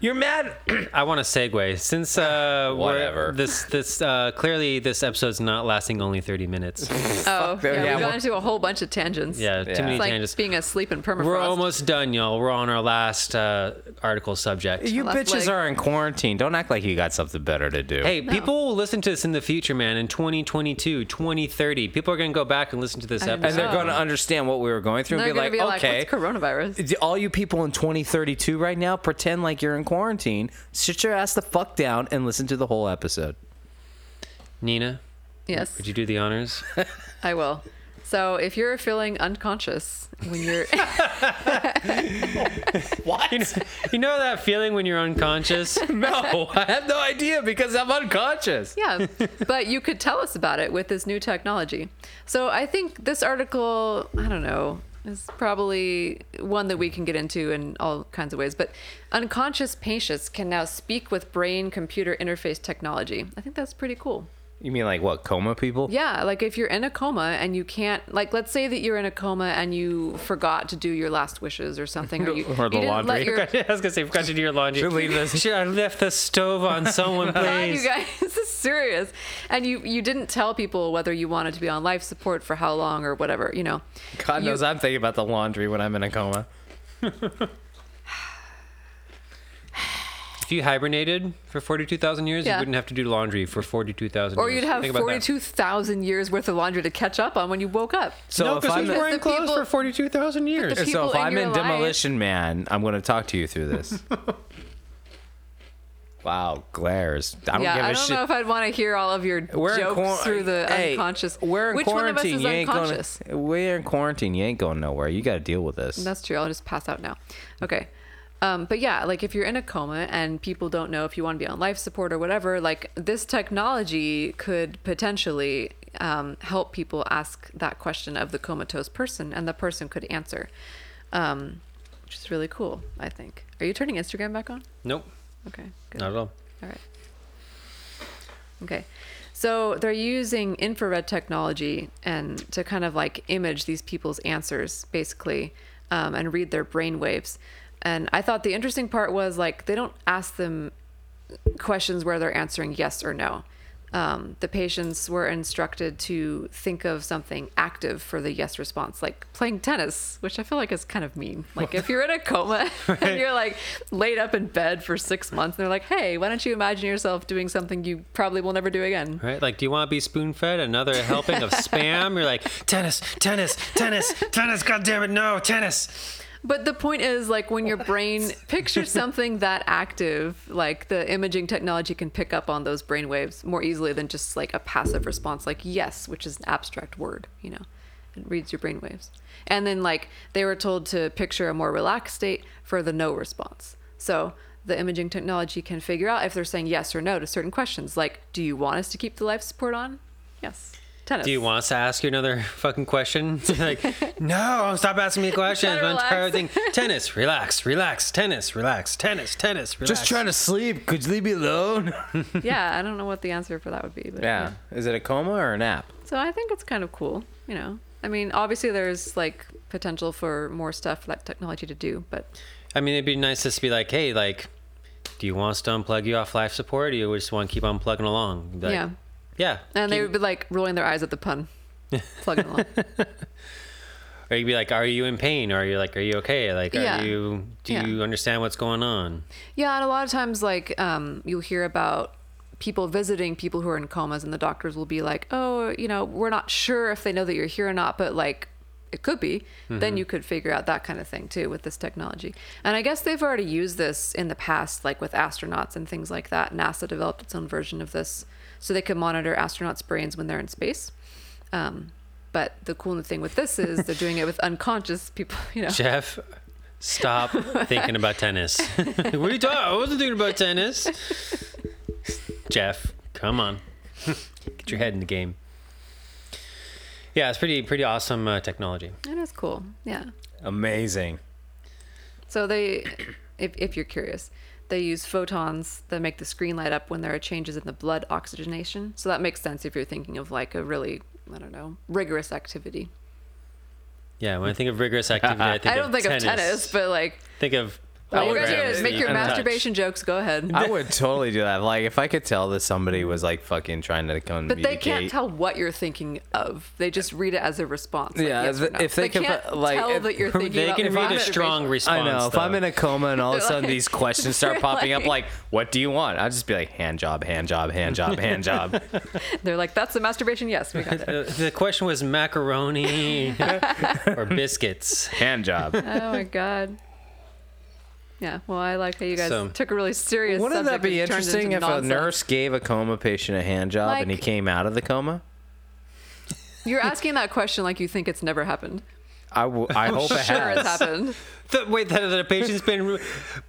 D: You're mad.
C: I want to segue since uh, we're-
D: Whatever.
C: this this uh, clearly this episode's not lasting only thirty minutes.
A: Oh,
D: them.
A: yeah,
D: Yeah,
A: we
D: well-
A: got into a whole bunch of tangents.
C: Yeah, too
D: Yeah.
C: many
A: It's like
C: tangents.
A: being asleep in permafrost.
C: We're almost done, y'all. We're on our last uh, article subject.
D: You
A: left
D: bitches
A: leg.
D: are in quarantine. Don't act like you got something better to do.
C: Hey, people will listen to this in the future, man. In 2022, 2030, people are going to go back and listen to this
A: I know.
C: episode.
D: and they're
A: Oh.
D: going to understand what we were going through
A: They're
D: and be
A: gonna
D: like,
A: be like,
D: okay.
A: what's coronavirus?
D: all you people in 2032 right now, pretend like you're in quarantine. Sit your ass the fuck down and listen to the whole episode.
C: Nina,
A: Yes,
C: would you do the honors?
A: I will. So if you're feeling unconscious when you're
D: What?
C: you know that feeling when you're unconscious?
D: no, I have no idea because I'm unconscious.
A: Yeah, but you could tell us about it with this new technology. So I think this article, I don't know, is probably one that we can get into in all kinds of ways. But unconscious patients can now speak with brain computer interface technology. I think that's pretty cool.
D: You mean like what, coma people?
A: Yeah, like if you're in a coma and you can't, like, let's say that you're in a coma and you forgot to do your last wishes or something, or you,
D: Or the
A: you didn't
D: laundry.
A: let your
C: I was going to say, forgot to do your laundry.
D: Should leave this-
C: Shit, I left the stove on someone,
A: God,
C: please.
A: you guys, this is serious. And you you didn't tell people whether you wanted to be on life support for how long or whatever, you know.
D: God
A: You-
D: knows I'm thinking about the laundry when I'm in a coma.
C: if you hibernated for 42,000 years,
A: Yeah.
C: you wouldn't have to do laundry for 42,000 years.
A: Or you'd have
C: Think about that.
A: 42,000 years worth of laundry to catch up on when you woke up.
D: So
C: no,
D: if
C: because
D: I'm,
C: we
A: Because
C: were
A: the
C: in clothes
A: people-
C: for 42,000 years.
A: the
D: so
A: people
D: if
A: in
D: I'm
A: your
D: in
A: life-
D: Demolition Man, I'm going to talk to you through this. wow, glares. I don't
A: yeah,
D: give a
A: I don't
D: shit.
A: know if I'd want to hear all of your
D: we're in
A: jokes
D: quar-
A: through the
D: Hey,
A: unconscious.
D: We're in
A: Which
D: quarantine.
A: one of us is
D: you ain't
A: unconscious?
D: Going, we're in quarantine. You ain't going nowhere. You got to deal with this.
A: That's true. I'll just pass out now. Okay. Um, but yeah, like if you're in a coma and people don't know if you want to be on life support or whatever, like this technology could potentially um, help people ask that question of the comatose person and the person could answer, um, which is really cool, I think. Are you turning Instagram back on?
C: Nope,
A: Okay. Good.
C: not at all.
A: All right. Okay. So they're using infrared technology and to kind of like image these people's answers basically um, and read their brain waves. And I thought the interesting part was like they don't ask them questions where they're answering yes or no. Um, the patients were instructed to think of something active for the yes response, like playing tennis, which I feel like is kind of mean. Like if you're in a coma and you're like laid up in bed for six months, and they're like, "Hey, why don't you imagine yourself doing something you probably will never do again?"
C: Right? Like, do you want to be spoon fed another helping of spam? You're like, tennis, tennis, tennis, tennis, God damn it, no, tennis.
A: But the point is, like, when your brain pictures something that active, like the imaging technology can pick up on those brain waves more easily than just like a passive response, like yes, which is an abstract word, you know, it reads your brain waves. And then, like, they were told to picture a more relaxed state for the no response. So the imaging technology can figure out if they're saying yes or no to certain questions, like, do you want us to keep the life support on? Yes. Tennis.
C: Do you want us to ask you another fucking question? like, no, stop asking me questions.
A: Gotta
C: My entire thing.
A: relax.
C: Tennis, relax, relax, tennis, relax, tennis, tennis, relax.
D: to sleep. Could you leave me alone?
A: Yeah, I don't know what the answer for that would be. But
D: yeah. Is it a coma or a nap?
A: So I think it's kind of cool, you know. I mean, obviously there's like potential for more stuff for that technology to do, but
C: I mean, it'd be nice just to be like, hey, like, do do you want us to unplug you off life support or you just want to keep on plugging along? Like,
A: Yeah.
C: Yeah.
A: And they
C: keep-
A: would be like rolling their eyes at the pun. Plugging along.
C: or you'd be like, are you in pain? Or are you like, are you okay? Like, are
A: Yeah.
C: you, do
A: Yeah.
C: you understand what's going on?
A: Yeah, and a lot of times, like um, you'll hear about people visiting people who are in comas, and the doctors will be like, "Oh, you know, we're not sure if they know that you're here or not, but like, it could be." Then you could figure out that kind of thing too with this technology. And I guess they've already used this in the past, like with astronauts and things like that. NASA developed its own version of this, so they could monitor astronauts' brains when they're in space. Um, but the cool thing with this is they're doing it with unconscious people. You know,
C: Jeff, stop thinking about tennis. what are you talking? I wasn't thinking about tennis. Jeff, come on, get your head in the game. Yeah, it's pretty pretty awesome uh, technology.
A: and it's cool. Yeah.
D: Amazing.
A: So they, if, if you're curious, they use photons that make the screen light up when there are changes in the blood oxygenation. So that makes sense if you're thinking of like a really, I don't know, rigorous activity.
C: Yeah, when I think of rigorous activity, I think
A: I don't
C: of
A: think
C: tennis.
A: of tennis, but like,
C: Think of
A: all you guys
C: holograms
A: do is
C: that
A: make
C: you
A: your
C: can touch.
A: masturbation jokes. Go ahead.
D: I would totally do that. Like if I could tell that somebody was like fucking trying to come.
A: But they can't tell what you're thinking of. They just read it as a response. Like
D: Yeah,
A: yes
D: if-
A: or no.
D: if they can
A: can't
D: fi- like,
A: tell
D: if-
A: that you're thinking
C: They
A: about
C: can read a
A: masturbation.
C: strong
D: I
C: response.
D: know. If I'm
C: though.
D: in a coma and all of a
A: They're
D: sudden
A: like-
D: these questions start
A: they're
D: popping up,
A: like-
D: like, "What do you want?" I'd just be like, "Hand job, hand job, hand job, hand job."
A: They're like, that's a masturbation. Yes, we got it.
C: Uh, the question was macaroni or biscuits.
D: hand job.
A: Oh my god. Yeah, well, I like how you guys
C: So-
A: took a really serious.
D: Wouldn't that
A: subject
D: be
A: and turned it
D: interesting
A: into
D: if
A: nonsense.
D: a nurse gave a coma patient a hand job and he
A: Like-
D: came out of the coma?
A: You're asking that question like you think it's never happened.
D: I, w- I hope it
A: Sure,
D: has.
A: it's happened.
C: The, wait, that the patient's been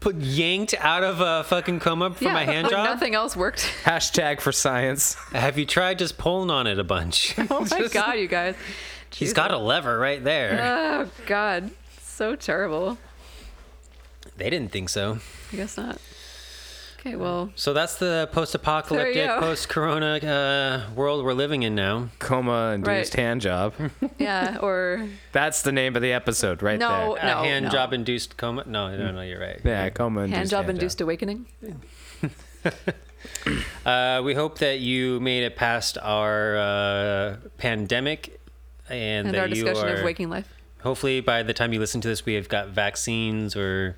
C: put, yanked out of a fucking coma from
A: yeah,
C: a hand
A: when
C: job?
A: Nothing else worked.
D: Hashtag for science.
C: Have you tried just pulling on it a bunch?
A: Oh my god, you guys.
C: He's got a
A: Jesus.
C: lever right there.
A: Oh god, so terrible.
C: They didn't think so.
A: I guess not. Okay, well,
C: So that's the post-apocalyptic,
A: go.
C: post-corona uh, world we're living in now.
D: Coma
A: Right.
D: induced hand job.
A: yeah, or
D: That's the name of the episode right
A: No.
D: there.
C: a hand
A: no.
C: job-induced coma. No, no, no, you're right.
D: Yeah, coma induced
A: hand job induced awakening.
C: Uh, we hope that you made it past our uh, pandemic, and,
A: And
C: that
A: our
C: you
A: discussion
C: are
A: of waking life.
C: hopefully by the time you listen to this, we have got vaccines or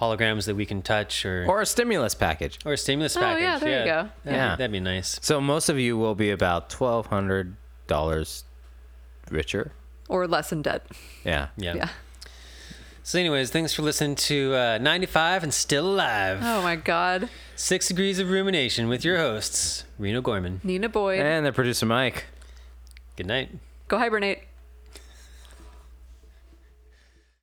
C: holograms that we can touch, or or,
D: Or a stimulus package.
C: a stimulus
A: Oh,
C: package.
A: yeah, there you go.
C: That'd,
D: Yeah.
C: be, that'd be nice.
D: So most of you will be about twelve hundred dollars richer.
A: Or less in debt.
D: Yeah.
C: Yeah.
A: Yeah.
C: So, anyways, thanks for listening to uh, 95 and Still Alive.
A: Oh my god.
C: Six Degrees of Rumination with your hosts, Reno Gorman.
A: Nina Boyd.
C: Eh.
D: And the producer Mike.
C: Good night.
A: Go hibernate.